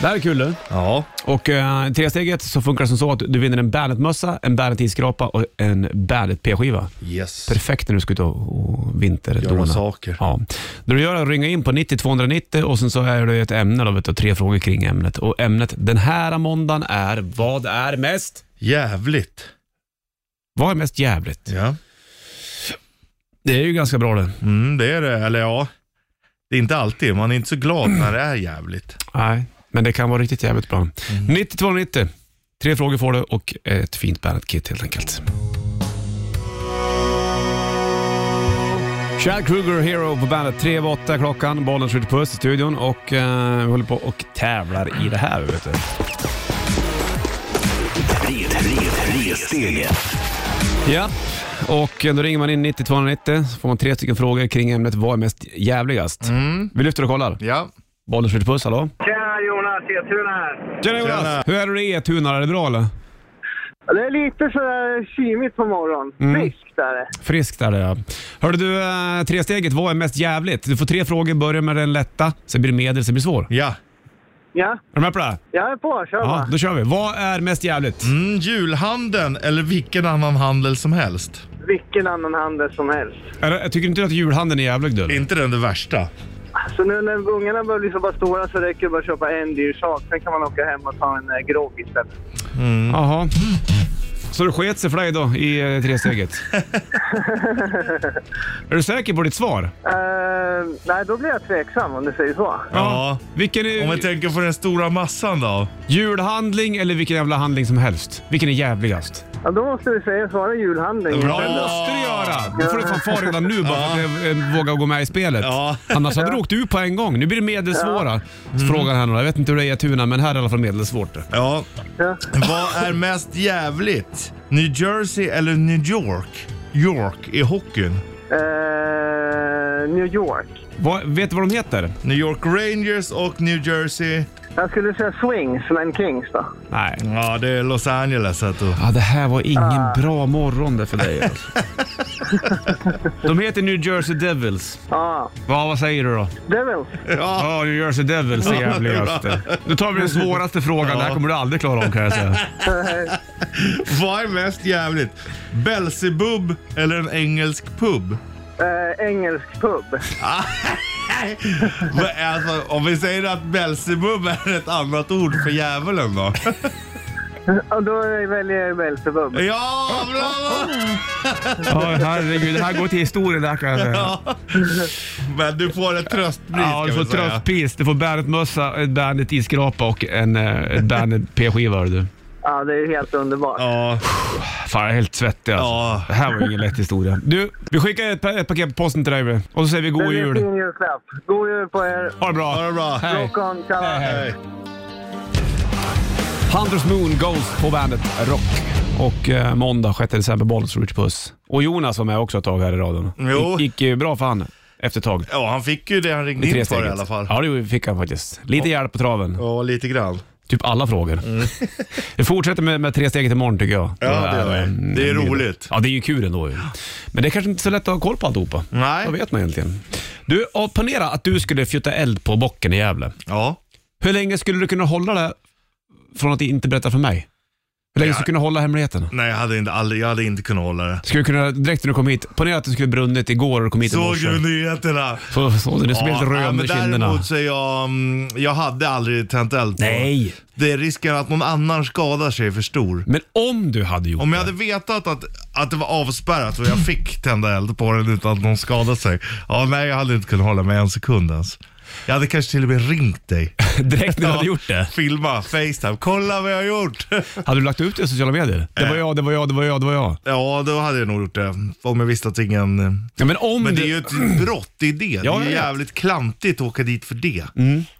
[SPEAKER 2] Det här är kul du.
[SPEAKER 3] Ja.
[SPEAKER 2] Och eh, tresteget så funkar det som så att du vinner en Bandet-mössa, en Bandet-isskrapa och en Bandet P-skiva.
[SPEAKER 3] Yes.
[SPEAKER 2] Perfekt när du ska ut och, och vinterdåna.
[SPEAKER 3] Göra saker.
[SPEAKER 2] Ja. Det du gör är att ringa in på 90 290 och sen så är det ett ämne då, vet du, tre frågor kring ämnet. Och ämnet den här måndagen är Vad är mest?
[SPEAKER 3] Jävligt.
[SPEAKER 2] Vad är mest jävligt?
[SPEAKER 3] Ja.
[SPEAKER 2] Det är ju ganska bra det.
[SPEAKER 3] Mm, det är det. Eller ja, det är inte alltid. Man är inte så glad när det är jävligt.
[SPEAKER 2] Nej, men det kan vara riktigt jävligt ibland. 90 290. Mm. Tre frågor får du och ett fint Bandet-kit helt enkelt. Chad Kruger Hero på bandet. Tre över åtta är klockan. Bollen skjuter puss i studion och eh, vi håller på och tävlar i det här. Vet du.
[SPEAKER 6] Red, red, ressteget.
[SPEAKER 2] Ja, och då ringer man in 90 290 så får man tre stycken frågor kring ämnet vad är mest jävligast. Vi lyfter och kollar.
[SPEAKER 3] Ja.
[SPEAKER 2] Bollen skjuter puss, hallå?
[SPEAKER 8] Tjena Jonas Etuna här.
[SPEAKER 2] Tjena
[SPEAKER 3] Jonas!
[SPEAKER 2] Hur är det i Etuna? Är det bra eller?
[SPEAKER 9] Det är lite sådär kymigt på morgonen. Friskt är det.
[SPEAKER 2] Friskt är det ja. Hörde du, eh, tresteget, vad är mest jävligt? Du får tre frågor, börja med den lätta, sen blir det medel, sen blir det svår.
[SPEAKER 3] Ja.
[SPEAKER 9] Ja,
[SPEAKER 2] Är du med på det? här?
[SPEAKER 9] jag är på. Kör
[SPEAKER 2] Ja,
[SPEAKER 9] bara.
[SPEAKER 2] då kör vi. Vad är mest jävligt?
[SPEAKER 3] Mm, julhandeln eller vilken annan handel som helst.
[SPEAKER 9] Vilken annan handel som helst.
[SPEAKER 2] Är det, tycker inte du att julhandeln är jävlig du?
[SPEAKER 3] Det är
[SPEAKER 2] eller?
[SPEAKER 3] inte den det värsta.
[SPEAKER 9] Så nu när ungarna börjar bli så pass stora så räcker det bara att köpa en dyr sak. Sen kan man åka hem och ta en eh, grogg istället.
[SPEAKER 3] Mm.
[SPEAKER 2] Jaha. Så det sket sig för dig då i eh, tresteget? är du säker på ditt svar?
[SPEAKER 9] Eh, nej, då blir jag tveksam om du säger så.
[SPEAKER 3] Ja.
[SPEAKER 2] Vilken
[SPEAKER 3] Om vi
[SPEAKER 2] är
[SPEAKER 3] tänker på den stora massan då.
[SPEAKER 2] julhandling eller vilken jävla handling som helst? Vilken är jävligast?
[SPEAKER 9] Ja, då måste vi säga svara julhandling.
[SPEAKER 3] Bra.
[SPEAKER 2] Det
[SPEAKER 9] istället.
[SPEAKER 2] måste du göra! Då får du fan fara redan nu bara för att eh, våga gå med i spelet.
[SPEAKER 3] Ja.
[SPEAKER 2] Annars hade du åkt ur på en gång. Nu blir det medelsvåra. Frågan här nu. Jag vet inte hur det är i Tuna, men här är i alla fall medelsvårt.
[SPEAKER 3] Ja.
[SPEAKER 9] Ja.
[SPEAKER 3] Vad är mest jävligt? New Jersey eller New York? York i hockeyn.
[SPEAKER 9] Eh, New York.
[SPEAKER 2] Vad- vet du vad de heter?
[SPEAKER 3] New York Rangers och New Jersey.
[SPEAKER 9] Jag skulle säga Swings, men Kings då.
[SPEAKER 2] Nej.
[SPEAKER 3] Ja, det är Los Angeles. Att du.
[SPEAKER 2] Ja, det här var ingen bra morgon det för dig. alltså. de heter New Jersey Devils.
[SPEAKER 9] Ja,
[SPEAKER 2] Va, vad säger du då?
[SPEAKER 9] Devils.
[SPEAKER 3] Ja.
[SPEAKER 2] Ja, New Jersey Devils är jävligast. Nu tar vi den svåraste frågan. Det här kommer du aldrig klara om kan jag säga.
[SPEAKER 3] Vad är mest jävligt? Belzebub eller en engelsk pub?
[SPEAKER 9] Eh, engelsk pub.
[SPEAKER 3] Vad är- alltså, om vi säger att Belzebub är ett annat ord för djävulen då?
[SPEAKER 9] Ja, då väljer jag Belzebub.
[SPEAKER 3] Ja, bravo!
[SPEAKER 2] Ja, herregud. Det här går till historien det här kan jag säga.
[SPEAKER 3] Ja. Men du får ett tröstpris
[SPEAKER 2] Ja, du
[SPEAKER 3] kan
[SPEAKER 2] får
[SPEAKER 3] vi säga.
[SPEAKER 2] tröstpris. Du får eh, Bandet-mössa, ett Bandet-isskrapa och en eh, Bandet P-skiva. hör du.
[SPEAKER 9] Ja, det är ju helt underbart.
[SPEAKER 3] Ja,
[SPEAKER 2] Fan, jag är helt svettig alltså.
[SPEAKER 3] Ja.
[SPEAKER 2] Det här var ju ingen lätt historia. Du, vi skickar ett, pa- ett paket på posten till dig vi. och så säger vi god
[SPEAKER 9] Det är en
[SPEAKER 2] jul.
[SPEAKER 9] fin julklapp. God jul på er.
[SPEAKER 2] Ha det bra.
[SPEAKER 3] ha det bra.
[SPEAKER 2] Hej.
[SPEAKER 9] Rock on, tjena.
[SPEAKER 2] Hej, hej.
[SPEAKER 3] Hej.
[SPEAKER 2] Hunters Moon Ghost på bandet Rock. Och eh, måndag 6 december, Bollnäs Rich Puss. Och Jonas var med också ett tag här i radion.
[SPEAKER 3] Jo.
[SPEAKER 2] Gick- Gick ju bra för han efter ett tag.
[SPEAKER 3] Ja, han fick ju det han ringde
[SPEAKER 2] I
[SPEAKER 3] in för i
[SPEAKER 2] tresteget.
[SPEAKER 3] alla fall.
[SPEAKER 2] Ja, det fick han faktiskt. Lite hjälp på traven.
[SPEAKER 3] Ja, lite grann.
[SPEAKER 2] Typ alla frågor. Vi fortsätter med, med tre steget imorgon tycker jag.
[SPEAKER 3] Ja, det gör vi.
[SPEAKER 2] Mm,
[SPEAKER 3] Det är roligt.
[SPEAKER 2] Ja, det är ju kul ändå ju. Men det är kanske inte så lätt att ha koll på alltihopa.
[SPEAKER 3] Nej.
[SPEAKER 2] Vad vet man egentligen? Du, och ponera att du skulle fjutta eld på bocken i Gävle.
[SPEAKER 3] Ja.
[SPEAKER 2] Hur länge skulle du kunna hålla det från att inte berätta för mig? Hur länge skulle du kunna hålla hemligheten?
[SPEAKER 3] Nej, jag hade inte, aldrig, jag hade inte kunnat hålla det.
[SPEAKER 2] Skulle du kunna, direkt när du kom hit, ponera att du skulle brunnit igår och du kom hit i
[SPEAKER 3] Såg
[SPEAKER 2] morse.
[SPEAKER 3] du nyheterna?
[SPEAKER 2] Så, så, du som är helt röd
[SPEAKER 3] men
[SPEAKER 2] under kinderna.
[SPEAKER 3] däremot så är jag, mm, jag hade aldrig tänt eld på.
[SPEAKER 2] Nej,
[SPEAKER 3] Det är risken att någon annan skadar sig för stor.
[SPEAKER 2] men om du hade gjort
[SPEAKER 3] Om jag
[SPEAKER 2] det.
[SPEAKER 3] hade vetat att, att det var avspärrat och jag fick tända eld på den utan att någon skadade sig. Ja, nej, jag hade inte kunnat hålla mig en sekund ens. Jag hade kanske till och med ringt dig.
[SPEAKER 2] Direkt när du
[SPEAKER 3] Ja,
[SPEAKER 2] hade gjort det.
[SPEAKER 3] Filma, Facetime. Kolla vad jag har gjort.
[SPEAKER 2] Hade du lagt ut det i sociala medier? Det var
[SPEAKER 3] Eh.
[SPEAKER 2] jag, det var jag, det var jag, det var jag.
[SPEAKER 3] Ja, då hade jag nog gjort det. Om jag visste att ingen...
[SPEAKER 2] Ja, men om
[SPEAKER 3] Men
[SPEAKER 2] du,
[SPEAKER 3] det är ju ett brott, det är det. Det
[SPEAKER 2] jag
[SPEAKER 3] är ju
[SPEAKER 2] vet.
[SPEAKER 3] jävligt klantigt att åka dit för det.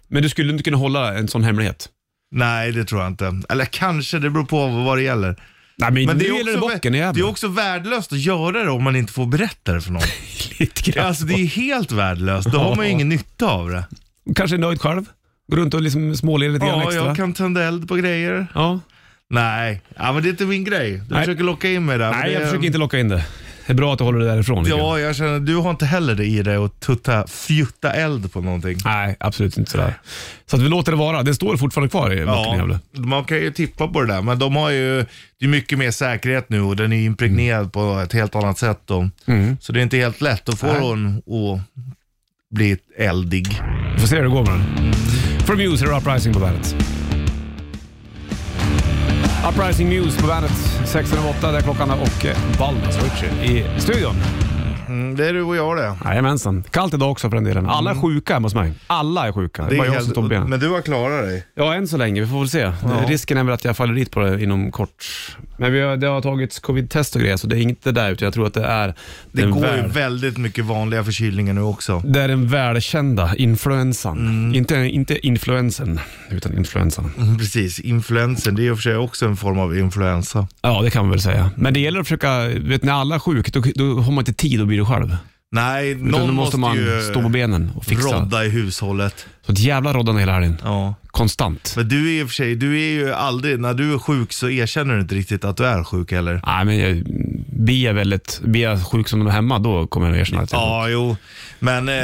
[SPEAKER 2] men du skulle inte kunna hålla en sån hemlighet?
[SPEAKER 3] Nej, det tror jag inte. Eller kanske, det beror på vad det gäller.
[SPEAKER 2] Nej, men, nu
[SPEAKER 3] är
[SPEAKER 2] gäller det
[SPEAKER 3] också
[SPEAKER 2] bocken i
[SPEAKER 3] vä- det är
[SPEAKER 2] Gävle.
[SPEAKER 3] också värdelöst att göra det om man inte får berätta det för någon.
[SPEAKER 2] Lite grann.
[SPEAKER 3] alltså det är helt värdelöst. Då har man ju ingen nytta av det.
[SPEAKER 2] kanske är nöjd själv. Går runt och liksom småler lite grann
[SPEAKER 3] Ja,
[SPEAKER 2] extra.
[SPEAKER 3] jag kan tända eld på grejer.
[SPEAKER 2] Ja.
[SPEAKER 3] Nej, ja, men det är inte min grej. Du
[SPEAKER 2] Nej.
[SPEAKER 3] försöker locka in mig där. men
[SPEAKER 2] Nej,
[SPEAKER 3] det...
[SPEAKER 2] jag försöker inte locka in det. Det är bra att du håller dig därifrån. tycker jag.
[SPEAKER 3] Ja, jag känner du har inte heller det i dig att tutta, fjutta eld på någonting.
[SPEAKER 2] Nej, absolut inte sådär. Så att vi låter det vara. Den står fortfarande kvar i backen i Gävle.
[SPEAKER 3] man kan ju tippa på det där, men de har ju det är mycket mer säkerhet nu och den är ju impregnerad
[SPEAKER 2] Mm.
[SPEAKER 3] på ett helt annat sätt. Då. Så det är inte helt lätt att få den att bli eldig.
[SPEAKER 2] Vi får se hur det går med den. För Muse är det Uprising på bandet. Uprising Muse på bandet. 16.08, där klockan är och eh, Balmas och Richie i studion.
[SPEAKER 3] Mm, det är du och jag det.
[SPEAKER 2] Jajamensan. Kallt idag också för den delen. Alla är sjuka hemma hos mig. Alla är sjuka. Det är bara jag som står på benen.
[SPEAKER 3] men du har klarat dig.
[SPEAKER 2] Ja, än så länge. Vi får väl se. Risken är väl att jag faller dit på det inom kort. Men vi har, det har tagits covid-test och grejer, så det är inte där ute. Jag tror att det är
[SPEAKER 3] Det
[SPEAKER 2] den
[SPEAKER 3] går ju
[SPEAKER 2] väl,
[SPEAKER 3] väldigt mycket vanliga förkylningar nu också.
[SPEAKER 2] det är den välkända influensan. Inte, inte influensen, utan influensan.
[SPEAKER 3] Mm, Precis, influensen det är i och för sig också en form av influensa.
[SPEAKER 2] Ja, det kan man väl säga. Men det gäller att försöka, vet när alla är sjuka, då, då har man inte tid att bli det själv.
[SPEAKER 3] Nej,
[SPEAKER 2] Utan
[SPEAKER 3] någon
[SPEAKER 2] då måste man
[SPEAKER 3] ju eh,
[SPEAKER 2] stå på benen och fixa.
[SPEAKER 3] rodda i hushållet.
[SPEAKER 2] Så ett jävla roddande hela helgen.
[SPEAKER 3] Ja.
[SPEAKER 2] Konstant.
[SPEAKER 3] Men du är i och för sig, du är ju aldrig, när du är sjuk så erkänner du inte riktigt att du är sjuk heller.
[SPEAKER 2] Nej, men jag, blir, jag väldigt, blir jag sjuk som de är hemma, då kommer jag nog erkänna att jag
[SPEAKER 3] Ja, jo. Men eh,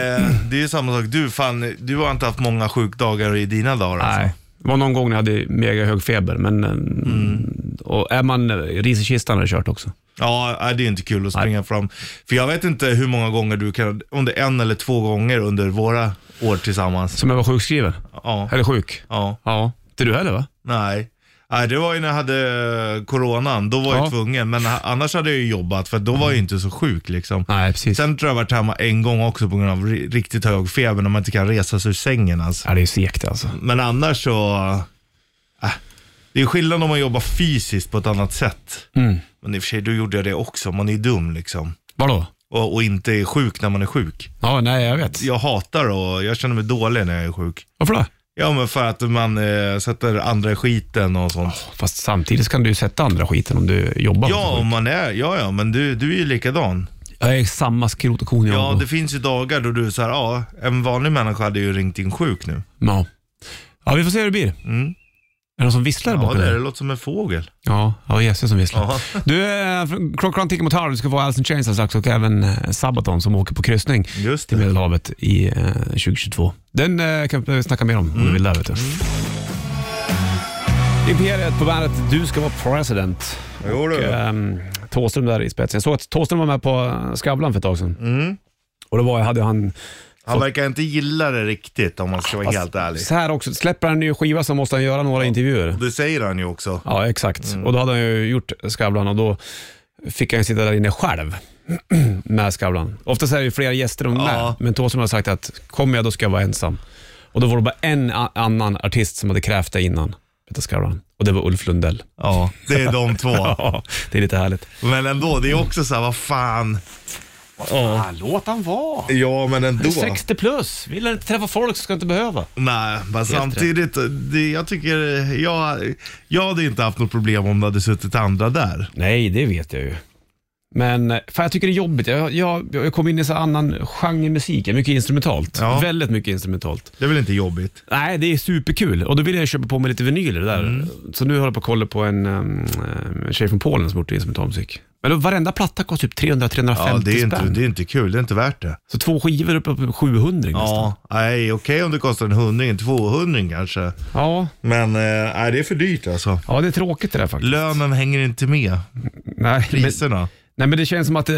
[SPEAKER 3] det är ju samma sak. Du, fan, du har inte haft många sjukdagar i dina dagar alltså.
[SPEAKER 2] Nej. Det var någon gång när jag hade mega hög feber, men eh,
[SPEAKER 3] Mm.
[SPEAKER 2] och är man eh, ris i kistan är det kört också.
[SPEAKER 3] Ja, nej, det är inte kul att springa fram. För jag vet inte hur många gånger du kan, om det är en eller två gånger under våra år tillsammans.
[SPEAKER 2] Som jag var sjukskriven.
[SPEAKER 3] Ja,
[SPEAKER 2] Eller sjuk.
[SPEAKER 3] ja,
[SPEAKER 2] Ja. Inte du heller va?
[SPEAKER 3] nej. Nej, det var ju när jag hade coronan. Då var
[SPEAKER 2] Ja.
[SPEAKER 3] jag tvungen. Men ha- annars hade jag ju jobbat för då var jag ju inte så sjuk liksom.
[SPEAKER 2] Nej, precis.
[SPEAKER 3] Sen tror jag jag varit hemma en gång också på grund av ri- riktigt hög feber när man inte kan resa sig ur sängen alltså.
[SPEAKER 2] Ja, det är segt alltså.
[SPEAKER 3] Men annars så... Äh, det är skillnad om man jobbar fysiskt på ett annat sätt. Men i och för sig, då gjorde jag det också. Man är ju dum liksom.
[SPEAKER 2] Vadå?
[SPEAKER 3] Och, och inte är sjuk när man är sjuk.
[SPEAKER 2] Ja, nej jag vet.
[SPEAKER 3] Jag hatar och jag känner mig dålig när jag är sjuk.
[SPEAKER 2] Varför då?
[SPEAKER 3] Ja, men för att man eh, sätter andra i skiten och sånt.
[SPEAKER 2] Fast samtidigt kan du ju sätta andra skiten om du jobbar.
[SPEAKER 3] ja, om man är, ja, ja, men du, du är ju likadan.
[SPEAKER 2] Jag är samma skrot och kon jag
[SPEAKER 3] Ja,
[SPEAKER 2] och-
[SPEAKER 3] det finns ju dagar då du är så här, ja, en vanlig människa hade ju ringt in sjuk nu.
[SPEAKER 2] ja. ja, vi får se hur det blir.
[SPEAKER 3] Mm.
[SPEAKER 2] Är det någon som visslar där
[SPEAKER 3] Ja,
[SPEAKER 2] bakom
[SPEAKER 3] det, är, det
[SPEAKER 2] dig?
[SPEAKER 3] låter som en fågel.
[SPEAKER 2] Ja, ja Jesus som visslar.
[SPEAKER 3] Ja.
[SPEAKER 2] Du, eh, klockan tickar mot halv. Du ska få Alice in Chains alldeles strax och även eh, Sabaton som åker på kryssning
[SPEAKER 3] Just
[SPEAKER 2] till
[SPEAKER 3] det.
[SPEAKER 2] Medelhavet i eh, 2022. Den eh, kan vi snacka mer om
[SPEAKER 3] Mm.
[SPEAKER 2] om du vill där vet du. Imperiet på bandet Du ska vara president.
[SPEAKER 3] Jo,
[SPEAKER 2] Och,
[SPEAKER 3] du.
[SPEAKER 2] ehm, Thåström där i spetsen. Jag såg att Thåström var med på Skavlan för ett tag sedan.
[SPEAKER 3] Mm.
[SPEAKER 2] Och då var, hade han
[SPEAKER 3] Han verkar inte gilla det riktigt om man ska vara helt ärlig.
[SPEAKER 2] Så här också, släpper han en ny skiva så måste han göra några intervjuer.
[SPEAKER 3] Det säger han ju också.
[SPEAKER 2] Ja, exakt. Och då hade han ju gjort Skavlan och då fick han ju sitta där inne själv med Skavlan. Oftast är det ju flera gäster med,
[SPEAKER 3] Ja.
[SPEAKER 2] men Thåström har sagt att kommer jag då ska jag vara ensam. Och då var det bara en a- annan artist som hade krävt det innan, detta Skavlan. Och det var Ulf Lundell.
[SPEAKER 3] Ja, det är de två.
[SPEAKER 2] Ja, det är lite härligt.
[SPEAKER 3] Men ändå, det är också så här, vad fan.
[SPEAKER 2] Ja, låt han vara.
[SPEAKER 3] Ja, men ändå.
[SPEAKER 2] 60 plus, vill han inte träffa folk så ska han inte behöva.
[SPEAKER 3] Nej, men samtidigt, det, jag tycker, jag, jag hade inte haft något problem om det hade suttit andra där.
[SPEAKER 2] Nej, det vet jag ju. Men eh, fan, jag tycker det är jobbigt. Jag, jag, jag kom in i så annan genre musik. Mycket instrumentalt.
[SPEAKER 3] Ja.
[SPEAKER 2] Väldigt mycket instrumentalt.
[SPEAKER 3] Det är väl inte jobbigt?
[SPEAKER 2] Nej, det är superkul. Och då ville jag köpa på mig lite vinyler där.
[SPEAKER 3] Mm.
[SPEAKER 2] Så nu håller jag på att kolla på en, um, en tjej från Polen som har gjort instrumentalmusik. Men då, varenda platta kostar typ 300-350
[SPEAKER 3] Ja, det är, inte,
[SPEAKER 2] spänn.
[SPEAKER 3] det är inte kul, det är inte värt det.
[SPEAKER 2] Så två skivor uppe på 700 nästan.
[SPEAKER 3] Ja, nej, okej om det kostar en hundring, en tvåhundring kanske.
[SPEAKER 2] Ja.
[SPEAKER 3] Men eh, nej, det är för dyrt alltså.
[SPEAKER 2] ja, det är tråkigt det där faktiskt.
[SPEAKER 3] Lönen hänger inte med
[SPEAKER 2] nej, men,
[SPEAKER 3] priserna.
[SPEAKER 2] nej, men det känns som att, eh,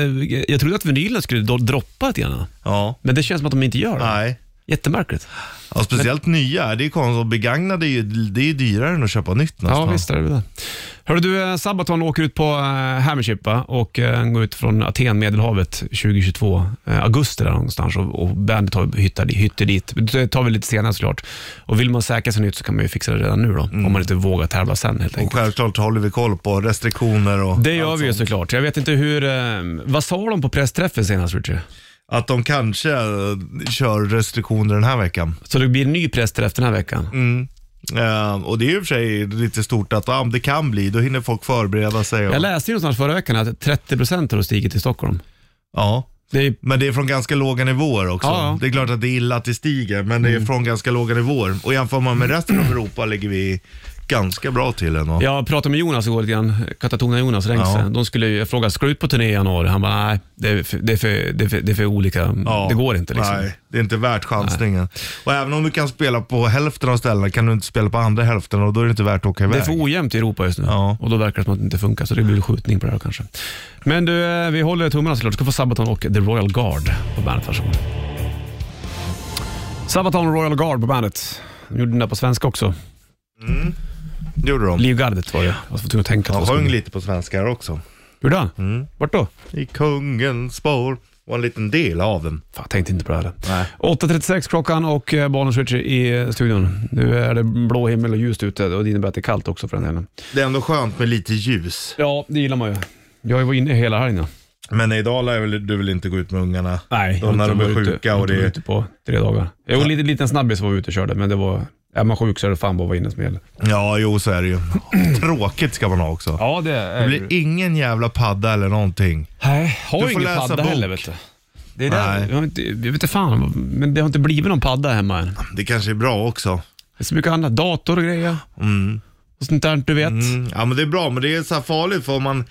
[SPEAKER 2] jag trodde att vinylen skulle do- droppa lite grann.
[SPEAKER 3] Ja,
[SPEAKER 2] Men det känns som att de inte gör det.
[SPEAKER 3] nej.
[SPEAKER 2] Jättemärkligt.
[SPEAKER 3] Ja, speciellt nya. Det är konstigt. Och Begagnade är ju, det är ju dyrare än att köpa nytt
[SPEAKER 2] Ja,
[SPEAKER 3] nästan.
[SPEAKER 2] visst är det det. Hörru du, eh, Sabaton åker ut på eh, Hammership va? och eh, går ut från Aten, Medelhavet 2022, eh, augusti där någonstans och, och bandet har hyttar, di- hytter dit. Det tar vi lite senare såklart. Och vill man säkra sig nytt så kan man ju fixa det redan nu då, om man inte vågar tävla sen helt
[SPEAKER 3] Och
[SPEAKER 2] enkelt.
[SPEAKER 3] självklart håller vi koll på restriktioner och
[SPEAKER 2] Det gör
[SPEAKER 3] allt
[SPEAKER 2] vi ju
[SPEAKER 3] sånt.
[SPEAKER 2] såklart. Jag vet inte hur, eh, vad sa de på pressträffen senast Richie?
[SPEAKER 3] Att de kanske eh, kör restriktioner den här veckan.
[SPEAKER 2] Så det blir en ny pressträff den här veckan?
[SPEAKER 3] Eh, och det är ju i och för sig lite stort att ah, det kan bli, då hinner folk förbereda sig. Och,
[SPEAKER 2] Jag läste ju någonstans förra veckan att 30% har stigit i Stockholm.
[SPEAKER 3] ja,
[SPEAKER 2] Det är,
[SPEAKER 3] Men det är från ganska låga nivåer också.
[SPEAKER 2] Ja, Mm. ja.
[SPEAKER 3] Det är klart att det är illa att det stiger, men det är från ganska låga nivåer. Och jämför man med resten av Europa ligger vi ganska bra till ändå.
[SPEAKER 2] jag pratade med Jonas igår lite grann, Katatona Jonas Rengse.
[SPEAKER 3] Ja.
[SPEAKER 2] De skulle ju fråga, ska du ut på turné i januari? Han bara, nej, det är för, det är för, det är för, det är för olika.
[SPEAKER 3] Ja.
[SPEAKER 2] Det går inte liksom.
[SPEAKER 3] Nej, det är inte värt chansningen. Och även om du kan spela på hälften av ställena kan du inte spela på andra hälften och då är det inte värt att åka
[SPEAKER 2] Det
[SPEAKER 3] iväg.
[SPEAKER 2] är för ojämnt i Europa just nu
[SPEAKER 3] Ja.
[SPEAKER 2] och då verkar det som att det inte funkar, så det blir skjutning på det här kanske. Men du, eh, vi håller tummarna såklart. Du ska få Sabaton och The Royal Guard på bandet. Varsågod. Sabaton och Royal Guard på bandet. De gjorde den där på svenska också.
[SPEAKER 3] Det gjorde de.
[SPEAKER 2] Livgardet var det. Jag var tvungen att tänka. att
[SPEAKER 3] Han
[SPEAKER 2] det var
[SPEAKER 3] sjöng Mm.
[SPEAKER 2] så.
[SPEAKER 3] lite på svenska här också.
[SPEAKER 2] Gjorde han? Vart då?
[SPEAKER 3] I kungens spår. Och en liten del av den.
[SPEAKER 2] Fan, jag tänkte inte på det här.
[SPEAKER 3] Nej.
[SPEAKER 2] 8.36 klockan och eh, Barnen Switch i eh, studion. Nu är det blå himmel och ljust ute och det innebär att det är kallt också för den delen.
[SPEAKER 3] Det är ändå skönt med lite ljus.
[SPEAKER 2] Ja, det gillar man ju. Jag var inne hela helgen. ja.
[SPEAKER 3] Men idag lär väl, du vill inte gå ut med ungarna?
[SPEAKER 2] Nej,
[SPEAKER 3] Då när de är sjuka och det är...
[SPEAKER 2] ute på tre dagar. Jo, en liten, liten snabbis var vi ute och körde, men det var... Är man sjuk så är det fan bara att vara inne som gäller.
[SPEAKER 3] Ja, jo så är det ju. Tråkigt ska man ha också.
[SPEAKER 2] Ja, det
[SPEAKER 3] Det
[SPEAKER 2] är
[SPEAKER 3] blir ingen jävla padda eller någonting.
[SPEAKER 2] Nej, har
[SPEAKER 3] Du
[SPEAKER 2] ju
[SPEAKER 3] får
[SPEAKER 2] ingen
[SPEAKER 3] läsa
[SPEAKER 2] padda
[SPEAKER 3] bok.
[SPEAKER 2] heller vet du. Det är där,
[SPEAKER 3] Nej.
[SPEAKER 2] jag, har inte, jag vet inte fan, men det har inte blivit någon padda hemma än.
[SPEAKER 3] Det kanske är bra också.
[SPEAKER 2] Det är så mycket annat, dator och grejer. Och sånt där du vet.
[SPEAKER 3] Mm, ja men det är bra, men det är så här farligt för om man,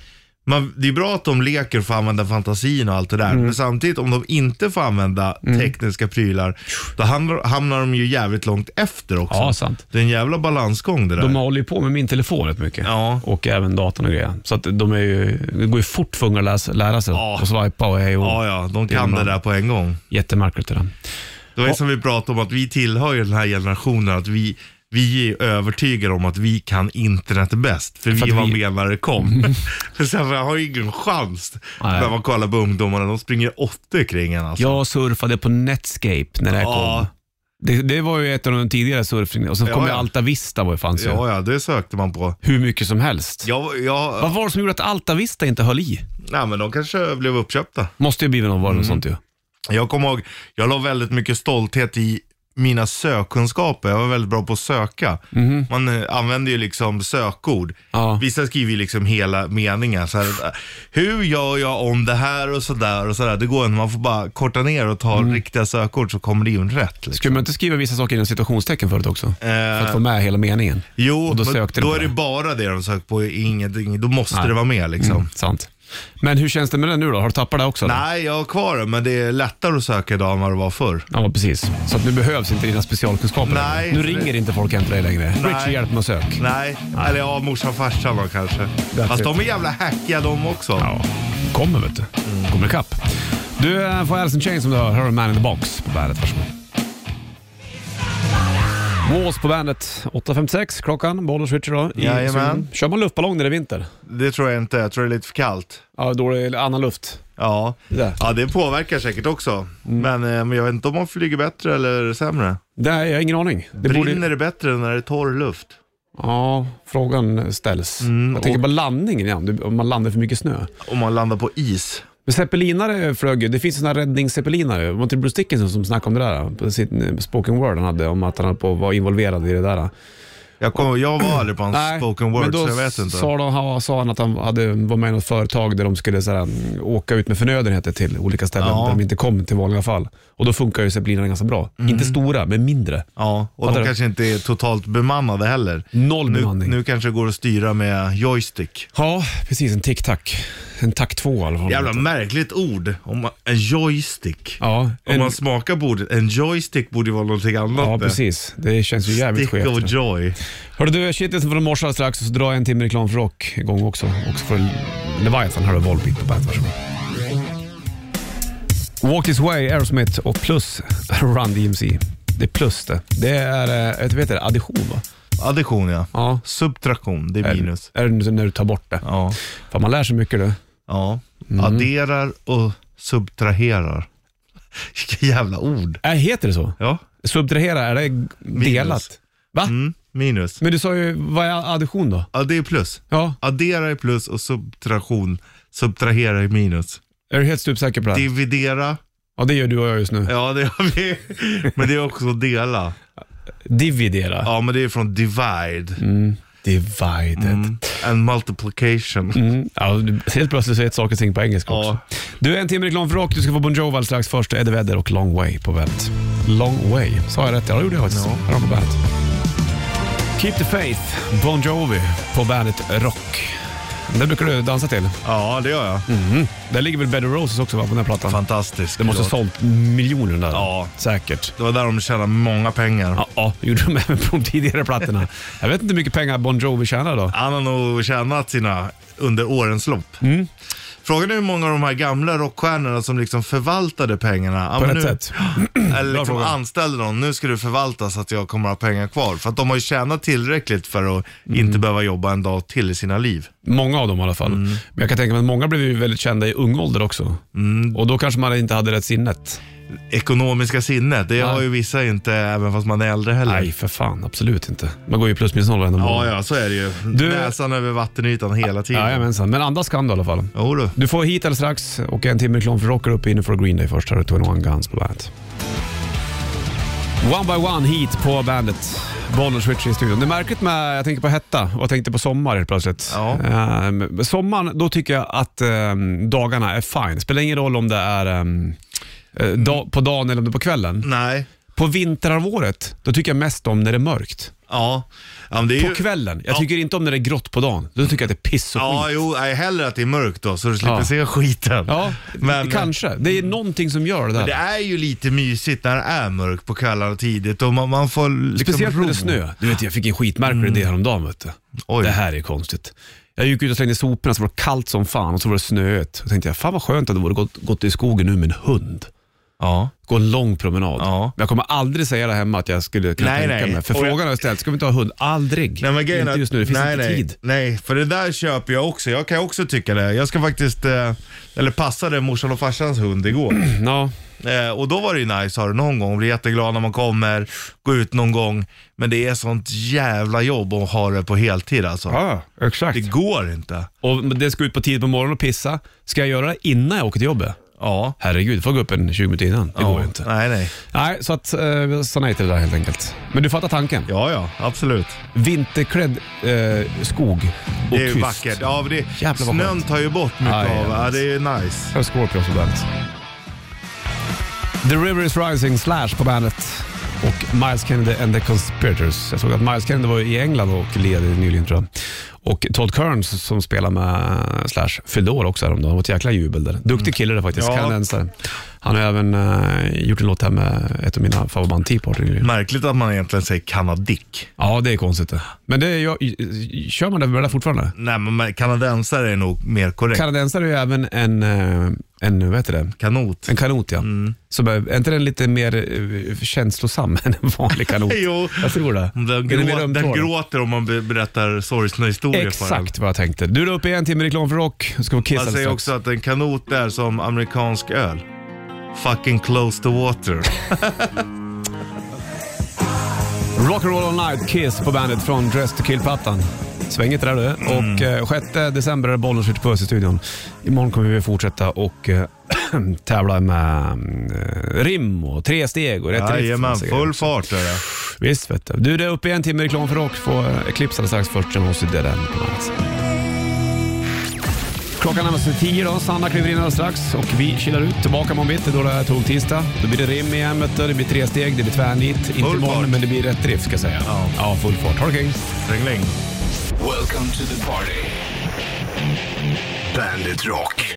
[SPEAKER 3] man, det är bra att de leker och får använda fantasin och allt det där. Men samtidigt om de inte får använda tekniska prylar, då hamnar, hamnar de ju jävligt långt efter också.
[SPEAKER 2] Ja, sant.
[SPEAKER 3] Det är en jävla balansgång det där.
[SPEAKER 2] De håller ju på med min telefon rätt mycket.
[SPEAKER 3] Ja.
[SPEAKER 2] Och även datorn och grejer. Så att de är ju, det går ju fort för unga att läsa, lära sig.
[SPEAKER 3] Ja.
[SPEAKER 2] Och swipa och hej och
[SPEAKER 3] Ja, ja, de kan
[SPEAKER 2] bra.
[SPEAKER 3] det där på en gång.
[SPEAKER 2] Jättemärkligt det där.
[SPEAKER 3] Det var ju som vi pratade om att vi tillhör ju den här generationen att vi, vi är övertygade om att vi kan internet bäst. För,
[SPEAKER 2] För
[SPEAKER 3] vi
[SPEAKER 2] att
[SPEAKER 3] var
[SPEAKER 2] vi-
[SPEAKER 3] med när det kom. för sen jag har ju ingen chans
[SPEAKER 2] Nej.
[SPEAKER 3] när man kollar på ungdomarna. De springer åtta kring en alltså.
[SPEAKER 2] Jag surfade på Netscape när det här
[SPEAKER 3] Ja.
[SPEAKER 2] kom. Det, det var ju ett av de tidigare surfningarna. Och sen
[SPEAKER 3] Ja,
[SPEAKER 2] kom ju
[SPEAKER 3] ja.
[SPEAKER 2] Alta Vista var ju fanns ju.
[SPEAKER 3] Ja, ja, det sökte man på.
[SPEAKER 2] Hur mycket som helst.
[SPEAKER 3] Jag, jag,
[SPEAKER 2] Vad var det som gjorde att Alta Vista inte höll i?
[SPEAKER 3] nej, men de kanske blev uppköpta.
[SPEAKER 2] Måste ju blivit någon
[SPEAKER 3] Mm.
[SPEAKER 2] var något sånt ju.
[SPEAKER 3] Jag kommer ihåg, jag la väldigt mycket stolthet i mina sökkunskaper. Jag var väldigt bra på att söka. Man eh, använder ju liksom sökord.
[SPEAKER 2] Ja.
[SPEAKER 3] Vissa skriver ju liksom hela meningar. Så här, hur gör jag om det här och sådär och sådär. Det går inte. Man får bara korta ner och ta riktiga sökord så kommer det ju rätt. Liksom.
[SPEAKER 2] Skulle man inte skriva vissa saker inom situationstecken förut också? För
[SPEAKER 3] Eh.
[SPEAKER 2] att få med hela meningen.
[SPEAKER 3] Jo,
[SPEAKER 2] Och då
[SPEAKER 3] men
[SPEAKER 2] sökte de
[SPEAKER 3] då
[SPEAKER 2] på
[SPEAKER 3] är det
[SPEAKER 2] det.
[SPEAKER 3] bara det de söker på. Ingenting. Då måste det vara med liksom.
[SPEAKER 2] Mm, sant. Men hur känns det med den nu då? Har du tappat det också? eller?
[SPEAKER 3] Nej, jag har kvar det, men det är lättare att söka idag än vad det var förr.
[SPEAKER 2] Ja, precis. Så att nu behövs inte dina specialkunskaper
[SPEAKER 3] Nej.
[SPEAKER 2] längre. Nu ringer inte folk hem till dig längre. Richie, hjälp mig att sök.
[SPEAKER 3] Nej, eller ja, morsan farsan då kanske. Fast
[SPEAKER 2] it.
[SPEAKER 3] de är jävla hackiga de också.
[SPEAKER 2] Ja, kommer vet du. Kommer ikapp. Du eh, får Alice in Chains som du hör. Hör Man in the Box på bandet. Varsågod. Walls på bandet. 8.56 klockan. Bollers Richard då. i
[SPEAKER 3] Jajamän.
[SPEAKER 2] studion. Kör man luftballong när det är vinter?
[SPEAKER 3] Det tror jag inte. Jag tror det är lite för kallt.
[SPEAKER 2] Ja, dålig eller annan luft.
[SPEAKER 3] Ja,
[SPEAKER 2] Det där. Mm.
[SPEAKER 3] ja det påverkar säkert också. Men, eh, men jag vet inte om man flyger bättre eller sämre.
[SPEAKER 2] Nej, jag har ingen aning. Det
[SPEAKER 3] Brinner
[SPEAKER 2] borde...
[SPEAKER 3] det bättre när det är torr luft?
[SPEAKER 2] Ja, frågan ställs.
[SPEAKER 3] Mm,
[SPEAKER 2] jag tänker på landningen, ja, om du- om man landar för mycket snö.
[SPEAKER 3] Om man landar på is?
[SPEAKER 2] Men zeppelinare flög ju. Det finns ju sådana här räddningszeppelinare. Det var inte Bruce Dickinson som snackade om det där på sin eh, spoken word han hade om att han höll på att vara involverad i det där.
[SPEAKER 3] Jag, kom, jag var aldrig på en
[SPEAKER 2] Nej,
[SPEAKER 3] spoken word
[SPEAKER 2] men då
[SPEAKER 3] så jag vet inte.
[SPEAKER 2] Sa, de, han- sa han att han hade, var med i något företag där de skulle så här, mm, åka ut med förnödenheter till olika ställen
[SPEAKER 3] Ja.
[SPEAKER 2] där de inte kom till vanliga fall. Och då funkar ju zeppelinerna ganska bra. Inte stora, men mindre.
[SPEAKER 3] Mhm. Ja, och
[SPEAKER 2] Fattar
[SPEAKER 3] de
[SPEAKER 2] du?
[SPEAKER 3] kanske inte är totalt bemannade heller.
[SPEAKER 2] Noll
[SPEAKER 3] Nu,
[SPEAKER 2] bemanning.
[SPEAKER 3] nu kanske det går att styra med joystick.
[SPEAKER 2] Ja, precis. En tic-tac. En tac 2 i alla fall.
[SPEAKER 3] Jävla märkligt ord. Om man, en joystick.
[SPEAKER 2] Ja,
[SPEAKER 3] Om
[SPEAKER 2] en,
[SPEAKER 3] man smakar på ordet, en joystick borde ju vara någonting annat.
[SPEAKER 2] ja,
[SPEAKER 3] det.
[SPEAKER 2] precis. Det känns ju jävligt
[SPEAKER 3] Stick
[SPEAKER 2] skevt.
[SPEAKER 3] of joy.
[SPEAKER 2] Hörru du, shitlisten från morse alldeles strax och så drar jag en timme reklam för rock igång också. Och så får Leviathan höra Volbeat på bandet. Varsågod. Walk This Way, Aerosmith och plus Run DMC. Det är plus det. Det är, eh, vad heter det, addition va?
[SPEAKER 3] Addition ja.
[SPEAKER 2] Ja.
[SPEAKER 3] Subtraktion, det är minus.
[SPEAKER 2] Är, är det när du tar bort det?
[SPEAKER 3] Ja.
[SPEAKER 2] Fan, man lär sig mycket du.
[SPEAKER 3] ja.
[SPEAKER 2] Mm.
[SPEAKER 3] Adderar och subtraherar. Vilka jävla ord.
[SPEAKER 2] Äh, heter det så?
[SPEAKER 3] Ja,
[SPEAKER 2] Subtrahera, är det g- delat? Va?
[SPEAKER 3] mm. minus.
[SPEAKER 2] Men du sa ju, vad är addition då?
[SPEAKER 3] Ja, det är plus.
[SPEAKER 2] Ja,
[SPEAKER 3] Addera är plus och subtraktion, subtrahera är minus.
[SPEAKER 2] är du helt stupsäker på det här?
[SPEAKER 3] Dividera,
[SPEAKER 2] Ja, det gör du och jag just nu.
[SPEAKER 3] ja det har vi. Men det är också dela.
[SPEAKER 2] Dividera.
[SPEAKER 3] Ja, men det är från divide.
[SPEAKER 2] Divided.
[SPEAKER 3] Mm. And multiplication.
[SPEAKER 2] Mm. Ja, du- helt plötsligt så heter saker och ting på engelska
[SPEAKER 3] Ja.
[SPEAKER 2] också. Du, en timme reklam för rock. Du ska få Bon Jovi alldeles strax. Först Eddie Vedder och Long Way på bandet. Long Way. Sa jag rätt? Ja, det gjorde jag faktiskt. Ja. de på bandet. Keep the Faith, Bon Jovi på bandet Rock. Det brukar du dansa till.
[SPEAKER 3] Ja, det gör jag.
[SPEAKER 2] Där ligger väl Bed of Roses också va, på den här plattan?
[SPEAKER 3] Fantastisk
[SPEAKER 2] Det måste ha
[SPEAKER 3] låt.
[SPEAKER 2] sålt miljoner den där.
[SPEAKER 3] Ja.
[SPEAKER 2] Säkert.
[SPEAKER 3] Det var där de tjänade många pengar.
[SPEAKER 2] Ja, ja, gjorde de även på de tidigare plattorna. Jag vet inte hur mycket pengar Bon Jovi tjänar då.
[SPEAKER 3] Han har nog tjänat sina under årens lopp.
[SPEAKER 2] Mm.
[SPEAKER 3] Frågan är hur många av de här gamla rockstjärnorna som liksom förvaltade pengarna. Ja,
[SPEAKER 2] På
[SPEAKER 3] men
[SPEAKER 2] rätt
[SPEAKER 3] nu,
[SPEAKER 2] sätt.
[SPEAKER 3] Eller
[SPEAKER 2] Bra
[SPEAKER 3] liksom
[SPEAKER 2] fråga.
[SPEAKER 3] anställde någon, nu ska du förvalta så att jag kommer att ha pengar kvar. För att de har ju tjänat tillräckligt för att
[SPEAKER 2] Mm.
[SPEAKER 3] inte behöva jobba en dag till i sina liv.
[SPEAKER 2] Många av dem i alla fall. Men jag kan tänka mig att många blev ju väldigt kända i ung ålder också. Och då kanske man inte hade rätt sinnet.
[SPEAKER 3] Ekonomiska sinnet, det har ju vissa inte även fast man är äldre heller.
[SPEAKER 2] Nej, för fan. Absolut inte. Man går ju plus minus noll varenda
[SPEAKER 3] Ja, ja, så är det ju.
[SPEAKER 2] Du-
[SPEAKER 3] Näsan över vattenytan hela tiden.
[SPEAKER 2] Jajamensan, men andas kan du i alla fall.
[SPEAKER 3] Jo du.
[SPEAKER 2] Du får hit alldeles strax och en timme reklam för Rocker upp inne för Green Day först. Här är 21 Guns på bandet. One by one hit på bandet. Bollner switch i studion. Det är märkligt med, jag tänker på hetta och jag tänkte på sommar helt plötsligt.
[SPEAKER 3] Ja.
[SPEAKER 2] Ehm, sommaren, då tycker jag att ehm, dagarna är fine. Spelar ingen roll om det är ehm, eh, da, på dagen eller om det är på kvällen.
[SPEAKER 3] Nej.
[SPEAKER 2] På vinterhalvåret, då tycker jag mest om när det är mörkt.
[SPEAKER 3] Ja. ja men det är ju...
[SPEAKER 2] På kvällen. Jag tycker inte om när det är grått på dagen. Då tycker jag att det är piss och
[SPEAKER 3] Ja,
[SPEAKER 2] skit.
[SPEAKER 3] jo, nej, hellre att det är mörkt då så du slipper
[SPEAKER 2] Ja.
[SPEAKER 3] se skiten.
[SPEAKER 2] Ja,
[SPEAKER 3] Men- eh,
[SPEAKER 2] kanske. Det är någonting som gör det där.
[SPEAKER 3] Det är ju lite mysigt när det är mörkt på kvällar och tidigt och man, man får liksom
[SPEAKER 2] Speciellt när det är
[SPEAKER 3] prov.
[SPEAKER 2] snö. Du vet, jag fick en skitmärklig idé häromdagen. Vet du.
[SPEAKER 3] Oj.
[SPEAKER 2] Det här är konstigt. Jag gick ut och slängde soporna så var det kallt som fan och så var det snöigt. Då tänkte jag, fan vad skönt att det vore gått, gått i skogen nu med en hund.
[SPEAKER 3] Ja.
[SPEAKER 2] Gå en lång promenad.
[SPEAKER 3] Ja.
[SPEAKER 2] Men jag kommer aldrig säga det hemma att jag skulle kunna
[SPEAKER 3] Nej,
[SPEAKER 2] tänka
[SPEAKER 3] nej.
[SPEAKER 2] mig. För
[SPEAKER 3] Och jag-
[SPEAKER 2] frågan har jag ställt, ska vi inte ha hund? Aldrig.
[SPEAKER 3] Nej, men grejen är
[SPEAKER 2] inte
[SPEAKER 3] att-
[SPEAKER 2] just nu, det finns
[SPEAKER 3] nej,
[SPEAKER 2] inte
[SPEAKER 3] nej,
[SPEAKER 2] tid.
[SPEAKER 3] Nej, för det där köper jag också. Jag kan också tycka det. Jag ska faktiskt, eh, eller passade morsan och farsans hund igår.
[SPEAKER 2] Ja.
[SPEAKER 3] Eh, och då var det ju nice har du någon gång, blir jätteglad när man kommer, gå ut någon gång. Men det är sånt jävla jobb att ha det på heltid alltså.
[SPEAKER 2] ja, exakt.
[SPEAKER 3] Det går inte.
[SPEAKER 2] Och det ska ut på tid på morgonen och pissa. Ska jag göra det innan jag åker till jobbet?
[SPEAKER 3] Ja.
[SPEAKER 2] Herregud, får jag gå upp en 20 minuter innan. Det går ju inte.
[SPEAKER 3] Nej, nej.
[SPEAKER 2] Nej, så att, eh, jag sa nej till det där helt enkelt. Men du fattar tanken?
[SPEAKER 3] Ja, ja, absolut.
[SPEAKER 2] Vinterklädd eh, skog och
[SPEAKER 3] Det är ju
[SPEAKER 2] tyst.
[SPEAKER 3] vackert. Ja, men det,
[SPEAKER 2] Jävlar vad
[SPEAKER 3] snön
[SPEAKER 2] skönt.
[SPEAKER 3] tar ju bort mycket
[SPEAKER 2] Aj,
[SPEAKER 3] av.
[SPEAKER 2] ja,
[SPEAKER 3] Ja, det är ju nice.
[SPEAKER 2] Här är Scorpions på bandet. The River is Rising, Slash på bandet och Miles Kennedy and the Conspirators. Jag såg att Miles Kennedy var i England och led nyligen tror jag. Och Todd Kearns som spelar med Slash fyllde år också häromdagen. Det var ett jäkla jubel där. Duktig kille där faktiskt,
[SPEAKER 3] Ja.
[SPEAKER 2] kanadensare. Han har även eh, gjort en låt här med ett av mina favoritband Tea Party nyligen.
[SPEAKER 3] Märkligt att man egentligen säger kanadick.
[SPEAKER 2] Ja, det är konstigt det. Men det är, jag, kör man det med det där fortfarande?
[SPEAKER 3] Nej, men man- kanadensare är nog mer korrekt.
[SPEAKER 2] Kanadensare är ju även en, eh, en, vad heter det?
[SPEAKER 3] Kanot.
[SPEAKER 2] En kanot ja.
[SPEAKER 3] Mm.
[SPEAKER 2] Så är är inte den lite mer eh, känslosam än en vanlig kanot?
[SPEAKER 3] Jo.
[SPEAKER 2] Jag tror det.
[SPEAKER 3] Den,
[SPEAKER 2] är mer
[SPEAKER 3] grå, den
[SPEAKER 2] ömtålig.
[SPEAKER 3] gråter om man be- berättar sorgsna historier för den.
[SPEAKER 2] Exakt vad jag tänkte. Du är uppe i en timme reklam för rock. Du ska få kissa
[SPEAKER 3] Man
[SPEAKER 2] alldeles
[SPEAKER 3] säger
[SPEAKER 2] strax.
[SPEAKER 3] också att en kanot är som amerikansk öl. Fucking close to water.
[SPEAKER 2] Rock'n'roll all night, Kiss på bandet från Dress to kill-plattan. Svänget där du.
[SPEAKER 3] Mm.
[SPEAKER 2] Och eh, 6 december är bollen skjuter på oss i studion. Imorgon kommer vi fortsätta och eh, tävla med eh, rim och tre steg och rätt riff.
[SPEAKER 3] Jajamän,
[SPEAKER 2] Massa grejer.
[SPEAKER 3] full fart är det.
[SPEAKER 2] Visst vet du. Du, det är uppe i en timme reklam för rock. Får eh, Eclipse alldeles strax först, sen måste det den på bandet. Klockan närmar sig tio då. Sanna kliver in alldeles strax och vi kilar ut. Tillbaka imorgon bitti då det är tågtisdag. Då blir det rim igen, vet du. det blir tre steg, det blir tvärnit. Inte
[SPEAKER 3] Full
[SPEAKER 2] imorgon,
[SPEAKER 3] fart.
[SPEAKER 2] men det blir rätt drift ska jag säga.
[SPEAKER 3] Ja.
[SPEAKER 2] ja full fart. Ha det kring.
[SPEAKER 3] Ringling.
[SPEAKER 1] Welcome to the party. Bandit Rock.